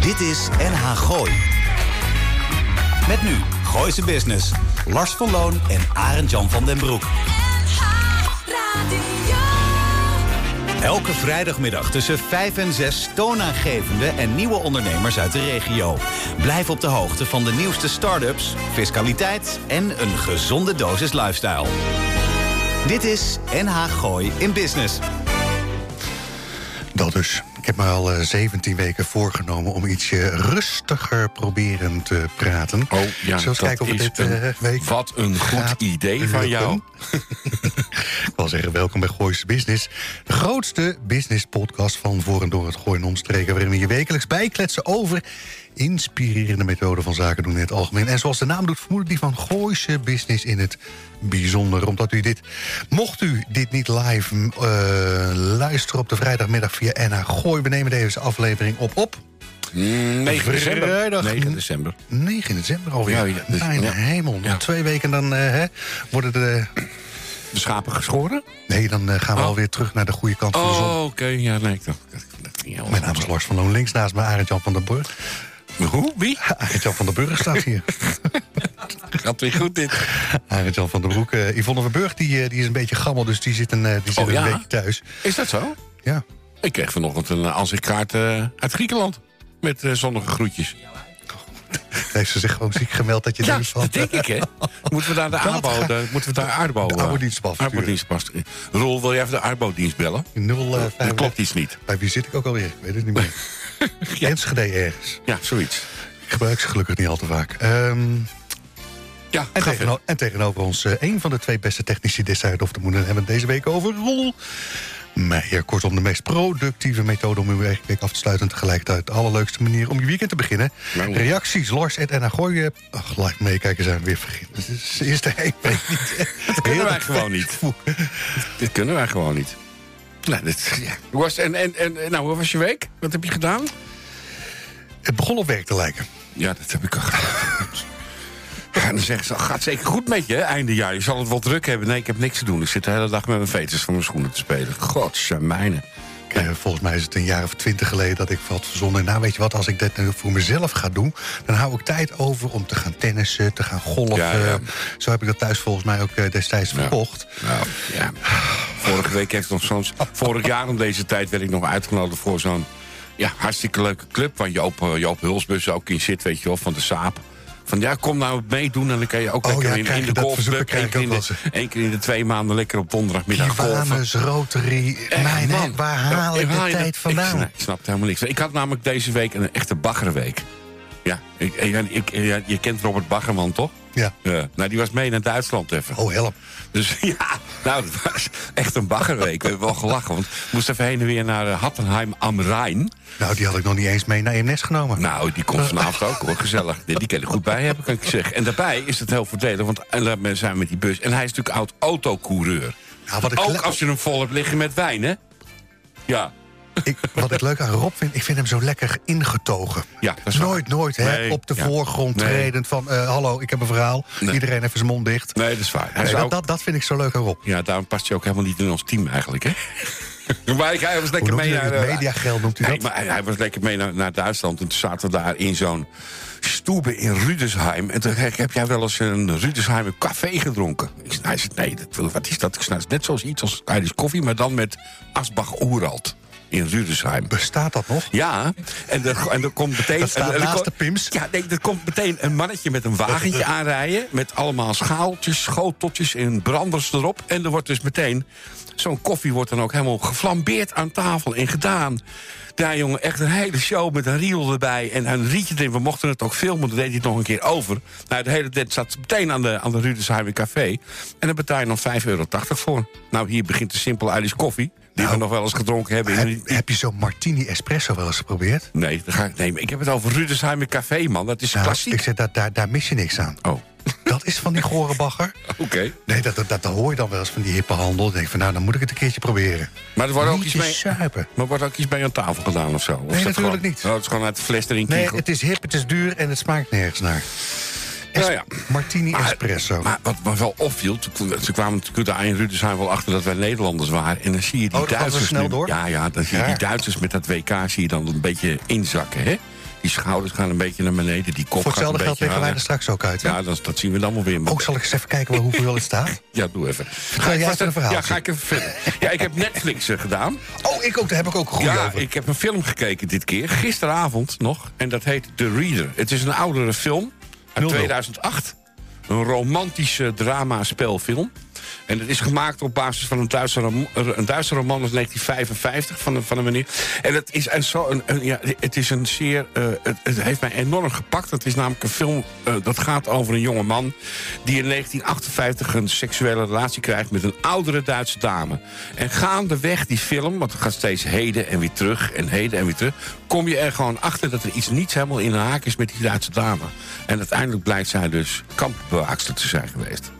Dit is NH Gooi. Met nu Gooise Business. Lars van Loon en Arend Jan van den Broek. Elke vrijdagmiddag tussen 5 en 6 toonaangevende en nieuwe ondernemers uit de regio. Blijf op de hoogte van de nieuwste start-ups, fiscaliteit en een gezonde dosis lifestyle. Dit is NH Gooi in Business. Dat dus. Ik heb me al eh, 17 weken voorgenomen om ietsje rustiger proberen te praten. Oh ja, Zullen we dat eens kijken of we is dit een- eh, week... Wat een goed gaat idee van lukken? jou. Ik wil zeggen, welkom bij Gooise Business. De grootste business podcast van voor en door het Gooi en omstreken... waarin we je wekelijks bijkletsen over inspirerende methoden van zaken doen in het algemeen. En zoals de naam doet, vermoed ik die van Gooise Business in het bijzonder. Omdat u dit, mocht u dit niet live m, eh, luisteren op de vrijdagmiddag via NH Gooi... we nemen deze aflevering op op... Mm, 9 december. Vrijdag. 9 december. 9 december alweer. Ja, ja, dus- Mijn ja. hemel, nog Ja. twee weken dan eh, hè, worden de... De schapen geschoren? Nee, dan eh, gaan we Oh. alweer terug naar de goede kant van de zon. Oh, oké. Ja, nee, ik dacht... dat- dat ging heel Mijn naam is Lars van Loon, links naast me Arend-Jan van der Burg. nou, Hoe? Wie? Arend-Jan van der Burg staat hier. Gaat weer goed dit. Arend-Jan van der Broek. eh, Yvonne van Burg die, eh, die is een beetje gammel, dus die zit een, eh, die zit Oh, een ja? beetje thuis. Is dat zo? Ja. Ik kreeg vanochtend een eh, ansichtkaart eh, uit Griekenland. Met eh, zonnige groetjes. Heeft ze zich gewoon ziek gemeld dat je Ja, denkt van... dat denk ik, hè. Moeten we daar de Dat ARBO... ga- de- Moeten we daar ARBO... de eh, ARBO-dienstbaf sturen. ARBO-dienstbaf. Roel, wil jij even de ARBO-dienst bellen? Nul, eh, Er vijf- klopt iets niet. Bij wie zit ik ook alweer? Ik weet het niet meer. Enschede ergens. Ja, zoiets. Ik gebruik ze gelukkig niet al te vaak. Ehm, Ja, en, ga verder. tegeno- en tegenover ons eh, een van de twee beste technici des Zuidhof de Moeder... hebben we het deze week over Roel Meijer. Kortom, de meest productieve methode om uw eigen week af te sluiten... en tegelijkertijd de allerleukste manier om je weekend te beginnen. Nou. Reacties, Lars en Agoy. Ach, gelijk meekijken zijn we weer vergeten. Dus het is de één week niet. Dat kunnen wij gewoon niet. Dit kunnen wij gewoon niet. Nou, dit, ja. Hoe was, en, en, en, nou, hoe was je week? Wat heb je gedaan? Het begon op werk te lijken. Ja, dat heb ik al gedaan. Ja, en dan zeggen ze, "Ach, gaat zeker goed met je, hè, einde jaar. Je zal het wel druk hebben. Nee, ik heb niks te doen. Ik zit de hele dag met mijn veters van mijn schoenen te spelen. Godzamijne. Eh, volgens mij is het een jaar of twintig geleden dat ik had verzonnen... nou, weet je wat, als ik dit nu voor mezelf ga doen... dan hou ik tijd over om te gaan tennissen, te gaan golfen. Ja, ja. Zo heb ik dat thuis volgens mij ook eh, destijds verkocht. Nou, ja. Vorige week heeft nog soms... Vorig jaar om deze tijd werd ik nog uitgenodigd voor zo'n... Ja, hartstikke leuke club. Van Joop, eh, Joop Hulsbus ook in zit, weet je wel, van de Saap. Van ja, kom nou meedoen en dan kan je ook Oh lekker ja, in, krijg in je de dat verzoek, golfclub. krijg Eén ik keer, ook in wel de- eens. één keer in de twee maanden lekker op donderdagmiddag golfen. Pivanus, Rotary, Echt, mijn Eh, man. hemel, waar haal Ja, ik haal de je tijd dat- Ik, vandaan? snap- ik snap er helemaal niks. van. Ik had namelijk deze week een echte baggerweek. Ja, ik, ik- ik- ja, je kent Robert Baggerman, toch? Ja. Ja. Nou, die was mee naar Duitsland even. Oh, help. Dus ja, nou, dat was echt een baggerweek. We hebben wel gelachen, want we moesten even heen en weer naar eh, Hattenheim am Rijn. Nou, die had ik nog niet eens mee naar EMS genomen. Nou, die Eh. komt vanavond ook hoor, gezellig. Die, die kan er goed bij hebben, kan ik je zeggen. En daarbij is het heel voordelig, want en daarmee zijn we met die bus. En hij is natuurlijk oud autocoureur. Nou, wat ik Ook le- als je hem vol hebt liggen met wijn, hè? Ja. Ik, wat ik leuk aan Rob vind, ik vind hem zo lekker ingetogen. Ja, dat is waar. nooit, nooit hè, Nee, op de ja. voorgrond Nee. tredend van... eh, hallo, ik heb een verhaal. Nee. Iedereen even zijn mond dicht. Nee, dat is waar. Hij Nee, is dat, ook- dat, dat vind ik zo leuk aan Rob. Ja, daarom past hij ook helemaal niet in ons team eigenlijk, hè? maar ik, hij was Hoe lekker noemt mee u dat? naar... Het eh, mediageld noemt u nee, dat? maar hij, hij was lekker mee naar, naar Duitsland. En toen zaten we daar in zo'n stoebe in Rüdesheim. En toen zei ik, heb jij wel eens een Rüdesheimer café gedronken? Ik zei, hij zei, nee, dat, wat is dat? Ik zei, "Nou, het is net zoals iets als Irish koffie, maar dan met Asbach-Oerald in Rüdesheim. Bestaat dat nog? Ja, en er, en er komt meteen... Dat staat en, en er naast komt- de Pims. Ja, nee, er komt meteen een mannetje met een wagentje aanrijden... met allemaal schaaltjes, schoteltjes en branders erop. En er wordt dus meteen... Zo'n koffie wordt dan ook helemaal geflambeerd aan tafel en gedaan. Daar, jongen, echt een hele show met een riedel erbij en een rietje erin. We mochten het ook filmen, daar deed hij het nog een keer over. Nou, de hele tijd zat meteen aan de, aan de Rudesheimer Café. En daar betaal je nog 5,80 euro voor. Nou, hier begint de simpele Irish koffie... die Nou. we nog wel eens gedronken hebben in, Heb, heb je zo'n martini espresso wel eens geprobeerd? Nee, dat ga ik, nee, maar ik heb het over Rudesheimer Café, man. Dat is Nou, klassiek. Ik zeg, daar, daar, daar mis je niks aan. Oh, oké. Dat is van die gore bagger. Nee, dat, dat, dat hoor je dan wel eens van die hippe handel. Dan denk je van, nou, dan moet ik het een keertje proberen. Maar er wordt ook iets Nietje mee... suipen. Maar wordt ook iets mee aan tafel gedaan of zo? Of is dat natuurlijk gewoon- niet. Oh, het is gewoon uit de fles erin Nee, kiegelen. het is hip, het is duur en het smaakt nergens naar. Es- Nou ja. Martini Maar- espresso. Maar wat me wel opviel, toen- toen- ze kwamen natuurlijk daar in Rudesheim wel achter dat wij Nederlanders waren. En dan zie je die Oh, dat was wel Duitsers snel nu- door. Ja, ja, dan zie je Ja. die Duitsers met dat WK zie je dan een beetje inzakken, hè? Die schouders gaan een beetje naar beneden. Die kop Voor gaat een hetzelfde beetje geld leggen wij er hangen. straks ook uit. Hè? Ja, dat, dat zien we dan wel weer. Maar- Ook zal ik eens even kijken wel hoeveel het staat. Ja, doe even. jij ik even vast- een verhaal Ja, ga ik even verder. Ja, ik heb Netflix eh, gedaan. Oh, ik ook, daar heb ik ook een goede ja, over. ik heb een film gekeken dit keer. Gisteravond nog. En dat heet The Reader. Het is een oudere film. Uit 00. 2008. Een romantische drama-spelfilm. En het is gemaakt op basis van een Duitse, rom- een Duitse roman uit 1955 van een, van een meneer. En het is, en zo een, een- ja, het is een zeer. eh, het, het heeft mij enorm gepakt. Het is namelijk een film eh, dat gaat over een jonge man. die in 1958 een seksuele relatie krijgt met een oudere Duitse dame. En gaandeweg die film, want het gaat steeds heden en weer terug en heden en weer terug. kom je er gewoon achter dat er iets niet helemaal in de haak is met die Duitse dame. En uiteindelijk blijkt zij dus kampbewaakster te zijn geweest.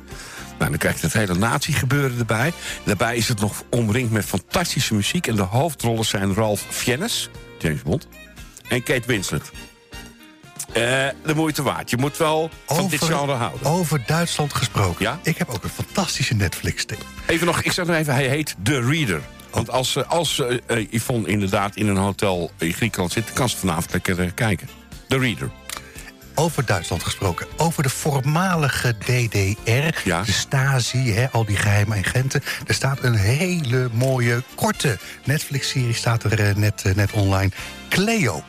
Nou, dan krijg je dat hele natiegebeuren erbij. Daarbij is het nog omringd met fantastische muziek. En de hoofdrollen zijn Ralph Fiennes, James Bond, en Kate Winslet. Eh, de moeite waard. Je moet wel van dit genre houden. over Duitsland gesproken. Ja? Ik heb ook een fantastische Netflix-tip. Even nog, ik zeg nog even, hij heet The Reader. Want als, eh, als eh, eh, Yvonne inderdaad in een hotel in Griekenland zit... kan ze vanavond lekker eh, kijken. The Reader. Over Duitsland gesproken. Over de voormalige DDR. Ja. De Stasi, hè, al die geheime agenten. Er staat een hele mooie, korte Netflix-serie. Staat er eh, net, eh, net online. Cleo.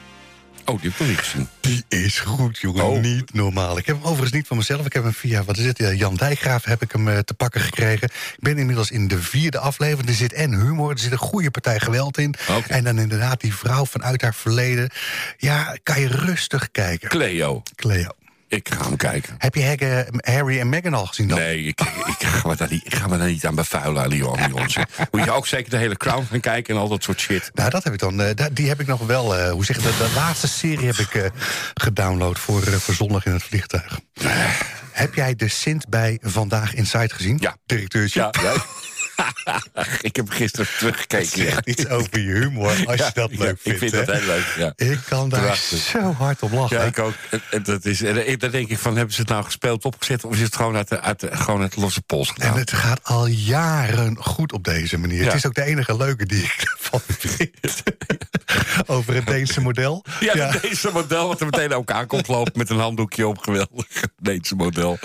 Oh, die heb ik nog niet gezien. Die is goed, jongen. Oh. Niet normaal. Ik heb hem overigens niet van mezelf. Ik heb hem via, wat is het, eh, Jan Dijkgraaf heb ik hem eh, te pakken gekregen. Ik ben inmiddels in de vierde aflevering. Er zit en humor, er zit een goede partij geweld in. Oké. En dan inderdaad die vrouw vanuit haar verleden. Ja, kan je rustig kijken. Cleo. Cleo. Ik ga hem kijken. Heb je Hagge- Harry en Meghan al gezien dan? Nee, ik, ik, ga me daar niet, ik ga me daar niet aan bevuilen, aan die ambiance. Moet je ook zeker de hele Crown gaan kijken en al dat soort shit. Nou, dat heb ik dan. eh, da- die heb ik nog wel. eh, hoe zeg je dat? De laatste serie heb ik eh, gedownload voor, eh, voor zondag in het vliegtuig. heb jij de Sint bij Vandaag Inside gezien? Ja. Directeurtje. Ja, ja. ik heb gisteren teruggekeken. ja. Zegt iets over je humor als je dat Ja, leuk Ik vindt. vind hè? dat heel leuk, ja. Ik kan daar Prachtig. zo hard op lachen. Ja, ik ook. En- en Dat is, en en dan denk ik van, hebben ze het nou gespeeld, opgezet... of is het gewoon uit de, uit de, gewoon uit de losse pols En gedaan? het gaat al jaren goed op deze manier. Ja. Het is ook de enige leuke die ik ervan vind. Over het Deense model. Ja, het Deense model, wat er meteen ook aankomt lopen... met een handdoekje op, geweldig. Deense model.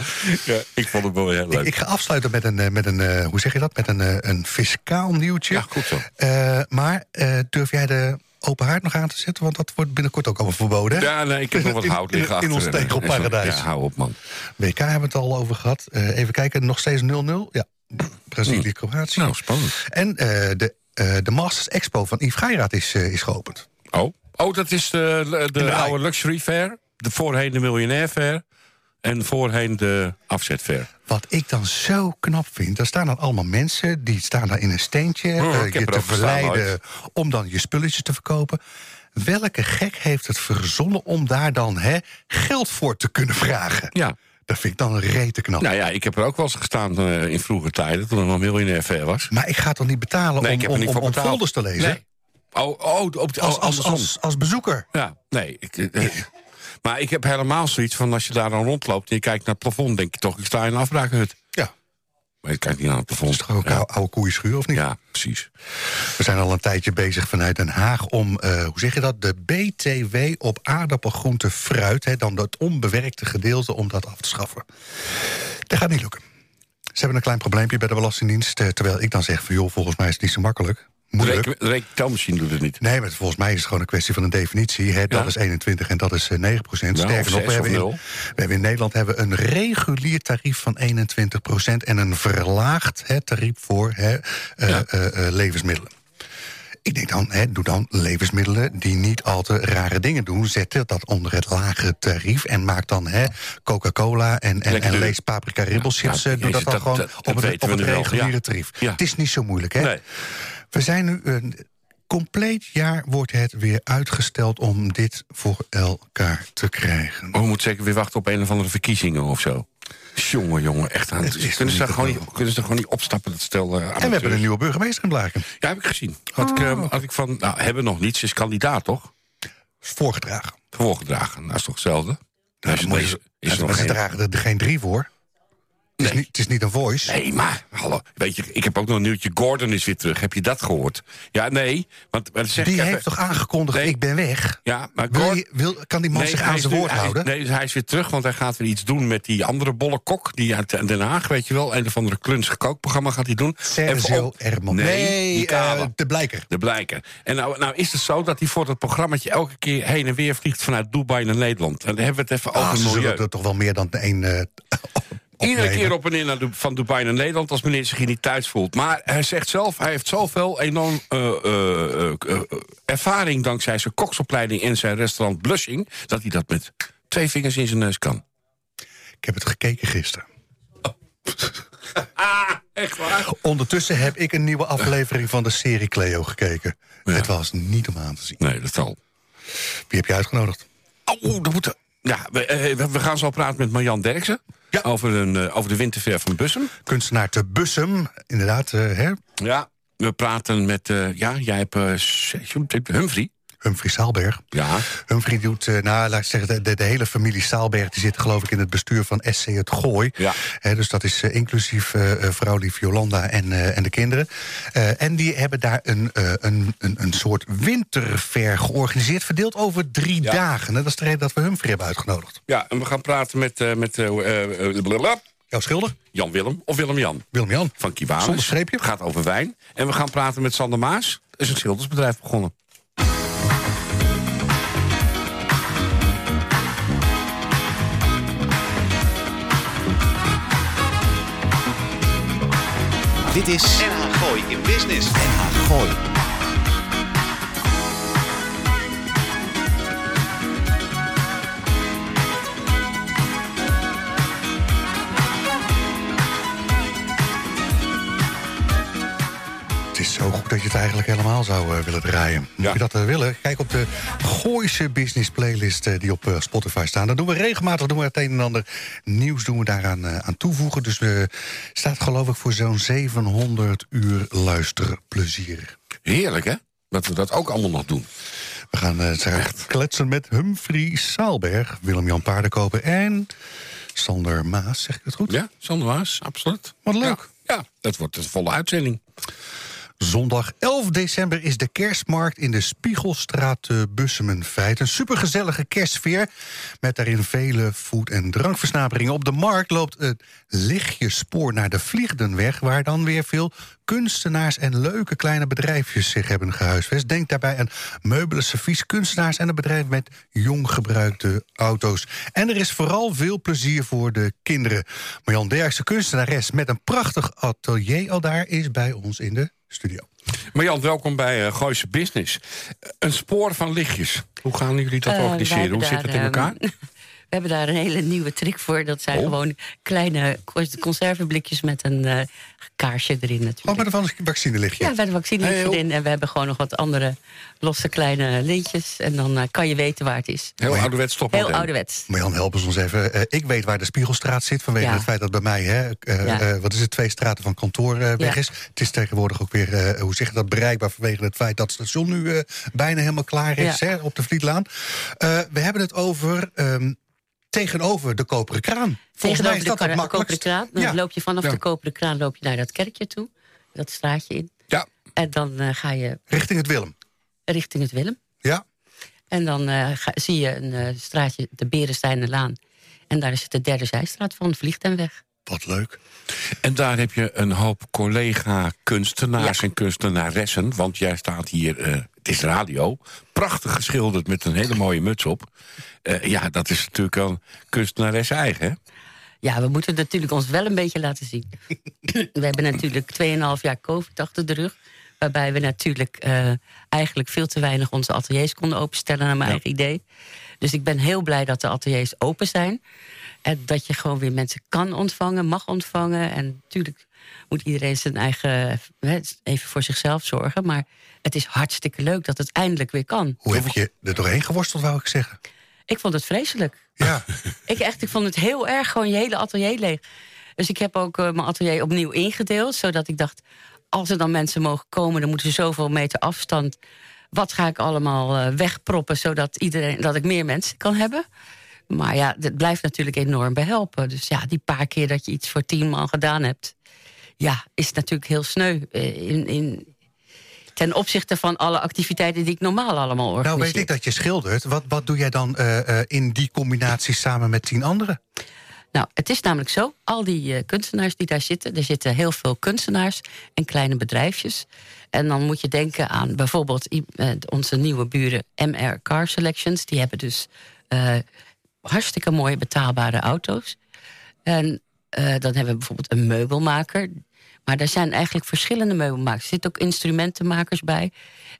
Ja, ik vond het wel heel Ik, leuk. ik ga afsluiten met een, eh, met een eh, hoe zeg je dat? Met een, eh, een fiscaal nieuwtje. Ja, goed zo. Eh, maar eh, durf jij de open haard nog aan te zetten? Want dat wordt binnenkort ook allemaal verboden. hè? Ja, nee, ik heb nog wat In- hout in- liggen in ons achter. tegelparadijs. Ja, hou op, man. WK hebben we het al over gehad. Eh, even kijken, nog steeds 0-0. Ja, Brazilië-Kroatië. Nou, spannend. En eh, de, eh, de Masters Expo van Yves Geiraat is, eh, is geopend. Oh, oh dat is de, de, de rij. oude Luxury Fair. De voorheen de Miljonair Fair. En voorheen de Afzet Fair. Wat ik dan zo knap vind, daar staan dan allemaal mensen... die staan daar in een steentje Oh, eh, ik heb je er te ook gestaan verleiden ooit. om dan je spulletjes te verkopen. Welke gek heeft het verzonnen om daar dan hè, geld voor te kunnen vragen? Ja. Dat vind ik dan rete knap. Nou ja, ik heb er ook wel eens gestaan eh, in vroege tijden... toen er nog Miljonair Fair was. Maar ik ga toch niet betalen Nee, ik om, heb er om, niet om, voor om betaald. folders te lezen? Nee. Oh, oh, op, de- Als, oh, als, andersom. als, als bezoeker. Ja, nee. Ik, eh, maar ik heb helemaal zoiets van als je daar dan rondloopt... en je kijkt naar het plafond, denk je toch... ik sta in een afbraakhut. Ja. Maar je kijkt niet naar het Dat plafond. is toch ook ja. oude, oude koeienschuur, of niet? ja, precies. We zijn al een tijdje bezig vanuit Den Haag om, eh, hoe zeg je dat, de BTW op aardappelgroente fruit, hè, dan dat onbewerkte gedeelte, om dat af te schaffen. Dat gaat niet lukken. Ze hebben een klein probleempje bij de Belastingdienst, eh, terwijl ik dan zeg van joh, volgens mij is het niet zo makkelijk. De Moeilijk. reken- de rekentelmachine doet het niet. Nee, maar volgens mij is het gewoon een kwestie van een definitie. Hè? Dat Ja. is 21 en dat is eh, 9 procent. Ja, Sterker of nog, we zes hebben, of in, nul. we hebben in Nederland hebben een regulier tarief van 21 procent... en een verlaagd hè, tarief voor hè, eh, eh, eh, levensmiddelen. Ik denk dan, hè, doe dan levensmiddelen die niet al te rare dingen doen. Zet dat onder het lagere tarief en maak dan hè, Coca-Cola en, en, Lekker en duur. lees paprika ribbelchips. Ja, eh, doe jezus, dat dan dat- gewoon dat- dat op het, weten op we het nu wel, ja. reguliere tarief. Ja. Het is niet zo moeilijk, hè? Nee. We zijn nu een compleet jaar wordt het weer uitgesteld om dit voor elkaar te krijgen. Oh, we moeten zeker weer wachten op een of andere verkiezingen of zo. Jongen, jongen, echt aan het Het kunnen, is ze niet daar gewoon niet, kunnen ze daar gewoon niet opstappen, dat stel. eh, En we amateurs? hebben Oh. een nieuwe burgemeester in Blaken. Ja, heb ik gezien. Had ik, eh, had ik van, nou, hebben nog niet, ze is kandidaat toch? Voorgedragen. Voorgedragen, nou is toch hetzelfde? Is- dat moet je- is, is er nog Maar ze geen... dragen er geen drie voor. is, niet, het is niet een voice. Nee, maar hallo. Weet je, ik heb ook nog een nieuwtje. Gordon is weer terug. Heb je dat gehoord? Ja, nee. Want, maar dat zeg Die ik heeft even- toch aangekondigd, Nee. ik ben weg. Ja, maar Wil Gordon- je- wil, kan die man zich hij aan is zijn nu- woord hij is- houden? nee, hij is weer terug, want hij gaat weer iets doen met die andere bolle kok... die uit Den Haag, weet je wel, een of andere klunzig kookprogramma gaat hij doen. Even Sergio op- Erman. Nee, die eh, kale. de blijker. De blijken. En nou, nou is het zo dat hij voor dat programma elke keer heen en weer vliegt vanuit Dubai naar Nederland. En dan hebben we het even Ah, over ze milieu. zullen er toch wel meer dan één eh, Iedere opnemen. keer op en neer naar Du- van Dubai naar Nederland als meneer zich hier niet thuis voelt. Maar hij zegt zelf, hij heeft zoveel enorm eh, eh, eh, eh, ervaring dankzij zijn koksopleiding en zijn restaurant Blushing, dat hij dat met twee vingers in zijn neus kan. Ik heb het gekeken gisteren. Ah, echt waar? Ondertussen heb ik een Eh. nieuwe aflevering van de serie Cleo gekeken. Het was niet om aan te zien. Nee, dat al. Wie heb je uitgenodigd? Oh, dat moet. Ja, we, eh, we- we gaan zo praten met Marjan Derksen. Ja. Over, een, eh, over de winterver van Bussum. Kunstenaar te Bussum. Inderdaad, eh, hè? Ja, we praten met. eh, ja, jij hebt. eh, Humphrey. Humphrey Saalberg. Ja. Humphrey doet, eh, nou, laat ik zeggen, de, de, de hele familie Saalberg... die zit geloof ik in het bestuur van SC Het Gooi. Ja. Hè, dus dat is eh, inclusief eh, eh, vrouwlief Jolanda en, eh, en de kinderen. Eh, en die hebben daar een, eh, een, een, een soort winterver georganiseerd... verdeeld over drie Ja. dagen. En dat is de reden dat we Humphrey hebben uitgenodigd. Ja, en we gaan praten met. eh, met eh, eh, eh, blablabla. Jouw schilder, Jan Willem of Willem Jan Willem-Jan. van Kiwanis. Zonder streepje. Het gaat over wijn. En we gaan praten met Sander Maas. Er is een schildersbedrijf begonnen. Dit is NH Gooi in Business. NH Gooi. Het is zo goed dat je het eigenlijk helemaal zou eh, willen draaien. Moet Ja. je dat eh, willen? Kijk op de Gooise Business Playlist eh, die op eh, Spotify staan. Dan doen we regelmatig doen we het een en ander nieuws doen we daaraan eh, aan toevoegen. Dus eh staat geloof ik voor zo'n 700 uur luisterplezier. Heerlijk, hè? Dat we dat ook allemaal nog doen. We gaan eh, straks kletsen met Humphrey Saalberg, Willem-Jan Paardenkoper en Sander Maas. Zeg ik het goed? Ja, Sander Maas, absoluut. Wat leuk. Ja, ja, dat wordt een volle uitzending. Zondag 11 december is de kerstmarkt in de Spiegelstraat te Bussum een feit. Een supergezellige kerstsfeer met daarin vele food- en drankversnaperingen. Op de markt loopt het lichtjespoor naar de Vliegdenweg... waar dan weer veel kunstenaars en leuke kleine bedrijfjes zich hebben gehuisvest. Denk daarbij aan meubelen, servies, kunstenaars en een bedrijf met jong gebruikte auto's. En er is vooral veel plezier voor de kinderen. Marjan Derksen, kunstenares met een prachtig atelier al daar... is bij ons in de studio. Maar Jan, welkom bij eh, Gooise Business. Een spoor van lichtjes. Hoe gaan jullie dat Eh, wij organiseren? Hoe hebben zit het in daar, elkaar? ehm, we hebben daar een hele nieuwe trick voor. Dat zijn Oh. gewoon kleine cons- conserveblikjes met een eh, kaarsje erin Oh, natuurlijk. maar dat vaccinelichtje. ja, we hebben vaccine Heel- erin en we hebben gewoon nog wat andere losse kleine lintjes. En dan eh, kan je weten waar het is. Heel ouderwets Heel stopmodel. ouderwets. Marjan, help eens ons even. Eh, ik weet waar de Spiegelstraat zit vanwege Ja. het feit dat bij mij... Hè, eh, Ja. eh, wat is het, twee straten van kantoor eh, weg Ja. is. Het is tegenwoordig ook weer, eh, hoe zeg je dat, bereikbaar... vanwege het feit dat het station nu eh, bijna helemaal klaar is Ja. hè, op de Vlietlaan. Eh, we hebben het over... ehm, Tegenover de koperen kraan. Volgens mij Tegenover is de dat het kar- koperen makkelijkst. kraan. Dan Ja. loop je vanaf Ja. de koperen kraan loop je naar dat kerkje toe. Dat straatje in. Ja, En dan eh, ga je Richting het Willem. richting het Willem. Ja. En dan eh, ga- zie je een eh, straatje, de Berensteinenlaan. En daar is het de derde zijstraat van, vliegt en weg. Wat leuk. en daar heb je een hoop collega-kunstenaars Ja. en kunstenaressen. Want jij staat hier, eh, het is radio, prachtig geschilderd met een hele mooie muts op. Eh, ja, dat is natuurlijk een kunstenares eigen. hè? Ja, we moeten natuurlijk ons wel een beetje laten zien. we hebben natuurlijk 2,5 jaar COVID achter de rug. Waarbij we natuurlijk eh, eigenlijk veel te weinig onze ateliers konden openstellen naar mijn eigen idee. Dus ik ben heel blij dat de ateliers open zijn. En dat je gewoon weer mensen kan ontvangen, mag ontvangen. En natuurlijk moet iedereen zijn eigen, hè, even voor zichzelf zorgen. Maar het is hartstikke leuk dat het eindelijk weer kan. Hoe heb je er doorheen geworsteld, wou ik zeggen. Ik vond het vreselijk. Ja, Ik, echt, ik vond het heel erg, gewoon je hele atelier leeg. Dus ik heb ook eh, mijn atelier opnieuw ingedeeld. Zodat ik dacht, als er dan mensen mogen komen... dan moeten ze zoveel meter afstand. Wat ga ik allemaal eh, wegproppen, zodat iedereen, dat ik meer mensen kan hebben? Maar ja, dat blijft natuurlijk enorm behelpen. Dus ja, die paar keer dat je iets voor tien man gedaan hebt... ja, is natuurlijk heel sneu eh, in, in, ten opzichte van alle activiteiten... die ik normaal allemaal organiseer. Nou weet ik dat je schildert. Wat, wat doe jij dan eh, eh, in die combinatie samen met tien anderen? Nou, het is namelijk zo, al die eh, kunstenaars die daar zitten... er zitten heel veel kunstenaars en kleine bedrijfjes. En dan moet je denken aan bijvoorbeeld i- eh, onze nieuwe buren... MR Car Selections, die hebben dus eh, hartstikke mooie betaalbare auto's. En eh, dan hebben we bijvoorbeeld een meubelmaker... Maar daar zijn eigenlijk verschillende meubelmakers. Er zitten ook instrumentenmakers bij.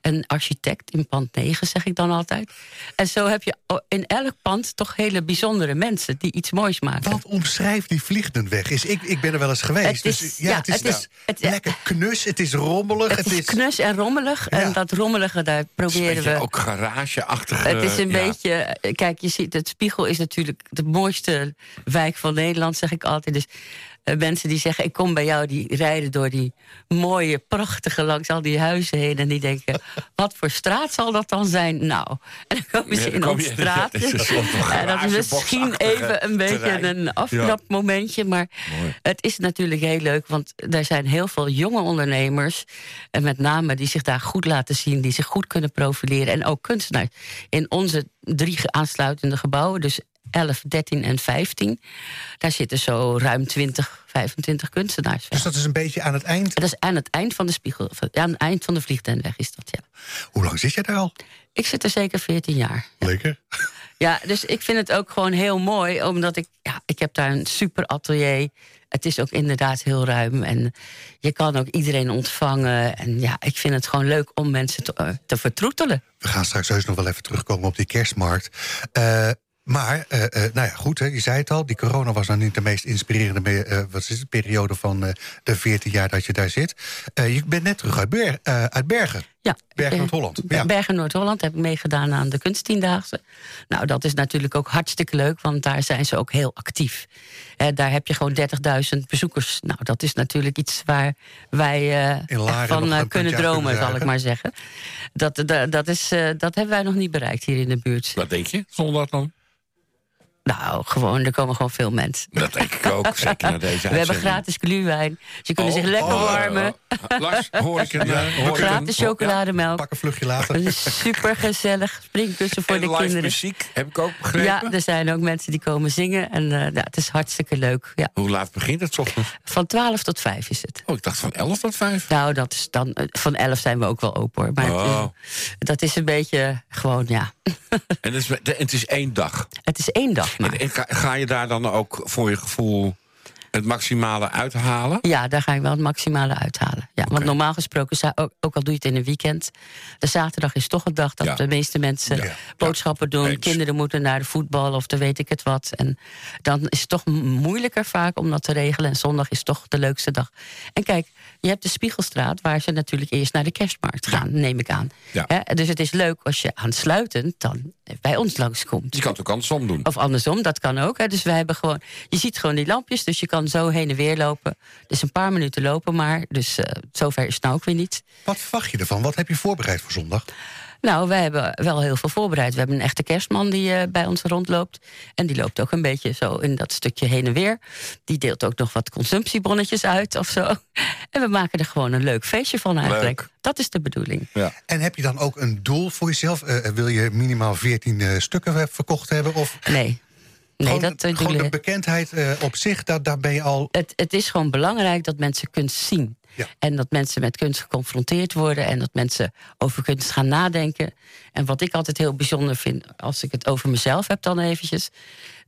Een architect in pand 9, zeg ik dan altijd. En zo heb je o- in elk pand toch hele bijzondere mensen... die iets moois maken. Wat omschrijft die vliegdenweg? Is, ik, ik ben er wel eens geweest. Het is- dus, ja, ja, het is, het is- het- lekker knus, het is rommelig. Het is knus en rommelig. Ja. En dat rommelige, daar Het is een proberen beetje we... ook garageachtige... Het is een ja. beetje... eh, Kijk, je ziet, het Spiegel is natuurlijk de mooiste wijk van Nederland, zeg ik altijd. Dus eh, mensen die zeggen, ik kom bij jou, die rijden door die mooie, prachtige... langs al die huizen heen en die denken, wat voor straat zal dat dan zijn? Nou, en dan komen Ja, ze dan in kom ons je- straatje. Het is een soort En dat is misschien garageboxachtige even een beetje terrein. een afknapmomentje. Maar het is natuurlijk heel leuk, want er zijn heel veel jonge ondernemers. En met name die zich daar goed laten zien, die zich goed kunnen profileren. En ook kunstenaars. In onze drie ge- aansluitende gebouwen, dus 11, 13 en 15, daar zitten zo ruim 20, 25 kunstenaars. Dus dat is een beetje aan het eind. Dat is aan het eind van de spiegel, van- aan het eind van de vliegtuigweg is dat, ja. Hoe lang zit jij daar al? Ik zit er zeker 14 jaar. Lekker. Ja, dus ik vind het ook gewoon heel mooi, omdat ik, ja, ik heb daar een super atelier. Het is ook inderdaad heel ruim en je kan ook iedereen ontvangen. En ja, ik vind het gewoon leuk om mensen te, eh, te vertroetelen. We gaan straks heus nog wel even terugkomen op die kerstmarkt. Eh, maar, eh, eh, nou ja, goed, hè, je zei het al. Die corona was nou niet de meest inspirerende me- eh, wat is het, periode van eh, de 14 jaar dat je daar zit. Eh, je bent net terug uit, Ber- eh, uit Bergen. Ja, Bergen eh, Noord-Holland. Ja. Bergen Noord-Holland heb ik meegedaan aan de kunsttiendaagse. Nou, dat is natuurlijk ook hartstikke leuk, want daar zijn ze ook heel actief. Eh, daar heb je gewoon 30.000 bezoekers. Nou, dat is natuurlijk iets waar wij eh, In Laren echt nog van eh, een kunnen puntje aan dromen, kunnen zal ik zuigen. maar zeggen. Dat, dat, dat, is, eh, dat hebben wij nog niet bereikt hier in de buurt. Wat denk je, zondag dan? Nou, gewoon, er komen gewoon veel mensen. Dat denk ik ook, zeker naar deze Oh, We hebben gratis gluwijn. Dus Ze Oh, kunnen zich lekker warmen. Lars, hoor ik een... eh, hoor ik een- gratis chocolademelk. Pak een vluchtje later. Het is super gezellig. Springkussen voor en de live kinderen. muziek, heb ik ook begrepen. Ja, er zijn ook mensen die komen zingen. En eh, ja, het is hartstikke leuk. Ja. Hoe laat begint het 's ochtends? Van 12 tot 5 is het. Oh, ik dacht van 11 tot 5. Nou, dat is dan. eh, Van 11 zijn we ook wel open hoor. Maar Oh. het is- dat is een beetje gewoon, ja. En het is, en het is één dag. Het is één dag maar. En, en ga, ga je daar dan ook voor je gevoel het maximale uithalen? Ja, daar ga ik wel het maximale uithalen. Ja, Want normaal gesproken, za- ook, ook al doe je het in een weekend... de zaterdag is toch een dag dat Ja. de meeste mensen Ja. boodschappen doen. Eens. Kinderen moeten naar de voetbal of dan weet ik het wat. En dan is het toch m- moeilijker vaak om dat te regelen. En zondag is toch de leukste dag. En kijk, je hebt de Spiegelstraat... waar ze natuurlijk eerst naar de kerstmarkt gaan, neem ik aan. Ja. Hè, dus het is leuk als je aansluitend dan bij ons langskomt. Je kan het ook andersom doen. Of andersom, dat kan ook. Hè. Dus wij hebben gewoon, je ziet gewoon die lampjes, dus je kan zo heen en weer lopen. Dus een paar minuten lopen maar, dus eh, zover is het nou ook weer niet. Wat verwacht je ervan? Wat heb je voorbereid voor zondag? Nou, wij hebben wel heel veel voorbereid. We hebben een echte kerstman die eh, bij ons rondloopt. En die loopt ook een beetje zo in dat stukje heen en weer. Die deelt ook nog wat consumptiebonnetjes uit of zo. En we maken er gewoon een leuk feestje van eigenlijk. Leuk. Dat is de bedoeling. Ja. En heb je dan ook een doel voor jezelf? Eh, eh, wil je minimaal 14 eh, stukken eh, verkocht hebben? Of Nee, nee gewoon, dat eh, gewoon doelen- de bekendheid eh, op zich, daar, daar ben je al... het, het is gewoon belangrijk dat mensen kunst zien. Ja. En dat mensen met kunst geconfronteerd worden. En dat mensen over kunst gaan nadenken. En wat ik altijd heel bijzonder vind, als ik het over mezelf heb dan eventjes.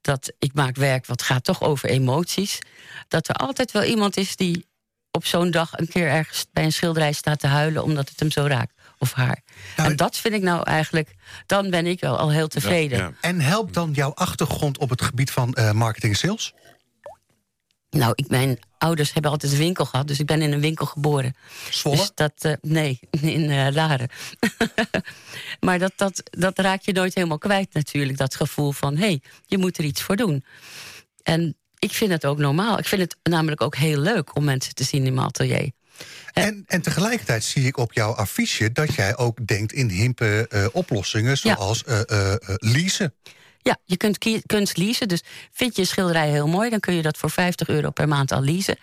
Dat ik maak werk wat gaat toch over emoties. Dat er altijd wel iemand is die op zo'n dag een keer ergens bij een schilderij staat te huilen. Omdat het hem zo raakt. Of haar. Nou, en dat vind ik nou eigenlijk, dan ben ik wel al heel tevreden. Ja. En helpt dan jouw achtergrond op het gebied van eh, marketing en sales? Nou, ik, mijn ouders hebben altijd een winkel gehad. Dus ik ben in een winkel geboren. Zwolle? Dus dat, eh, nee, in eh, Laren. maar dat, dat, dat raak je nooit helemaal kwijt natuurlijk. Dat gevoel van, hé, hey, je moet er iets voor doen. En ik vind het ook normaal. Ik vind het namelijk ook heel leuk om mensen te zien in mijn atelier. eh, En, en tegelijkertijd zie ik op jouw affiche dat jij ook denkt in himpe eh, oplossingen... zoals eh, eh, eh, leasen. Ja, je kunt kie- kunst leasen. Dus vind je een schilderij heel mooi, dan kun je dat voor 50 euro per maand al leasen.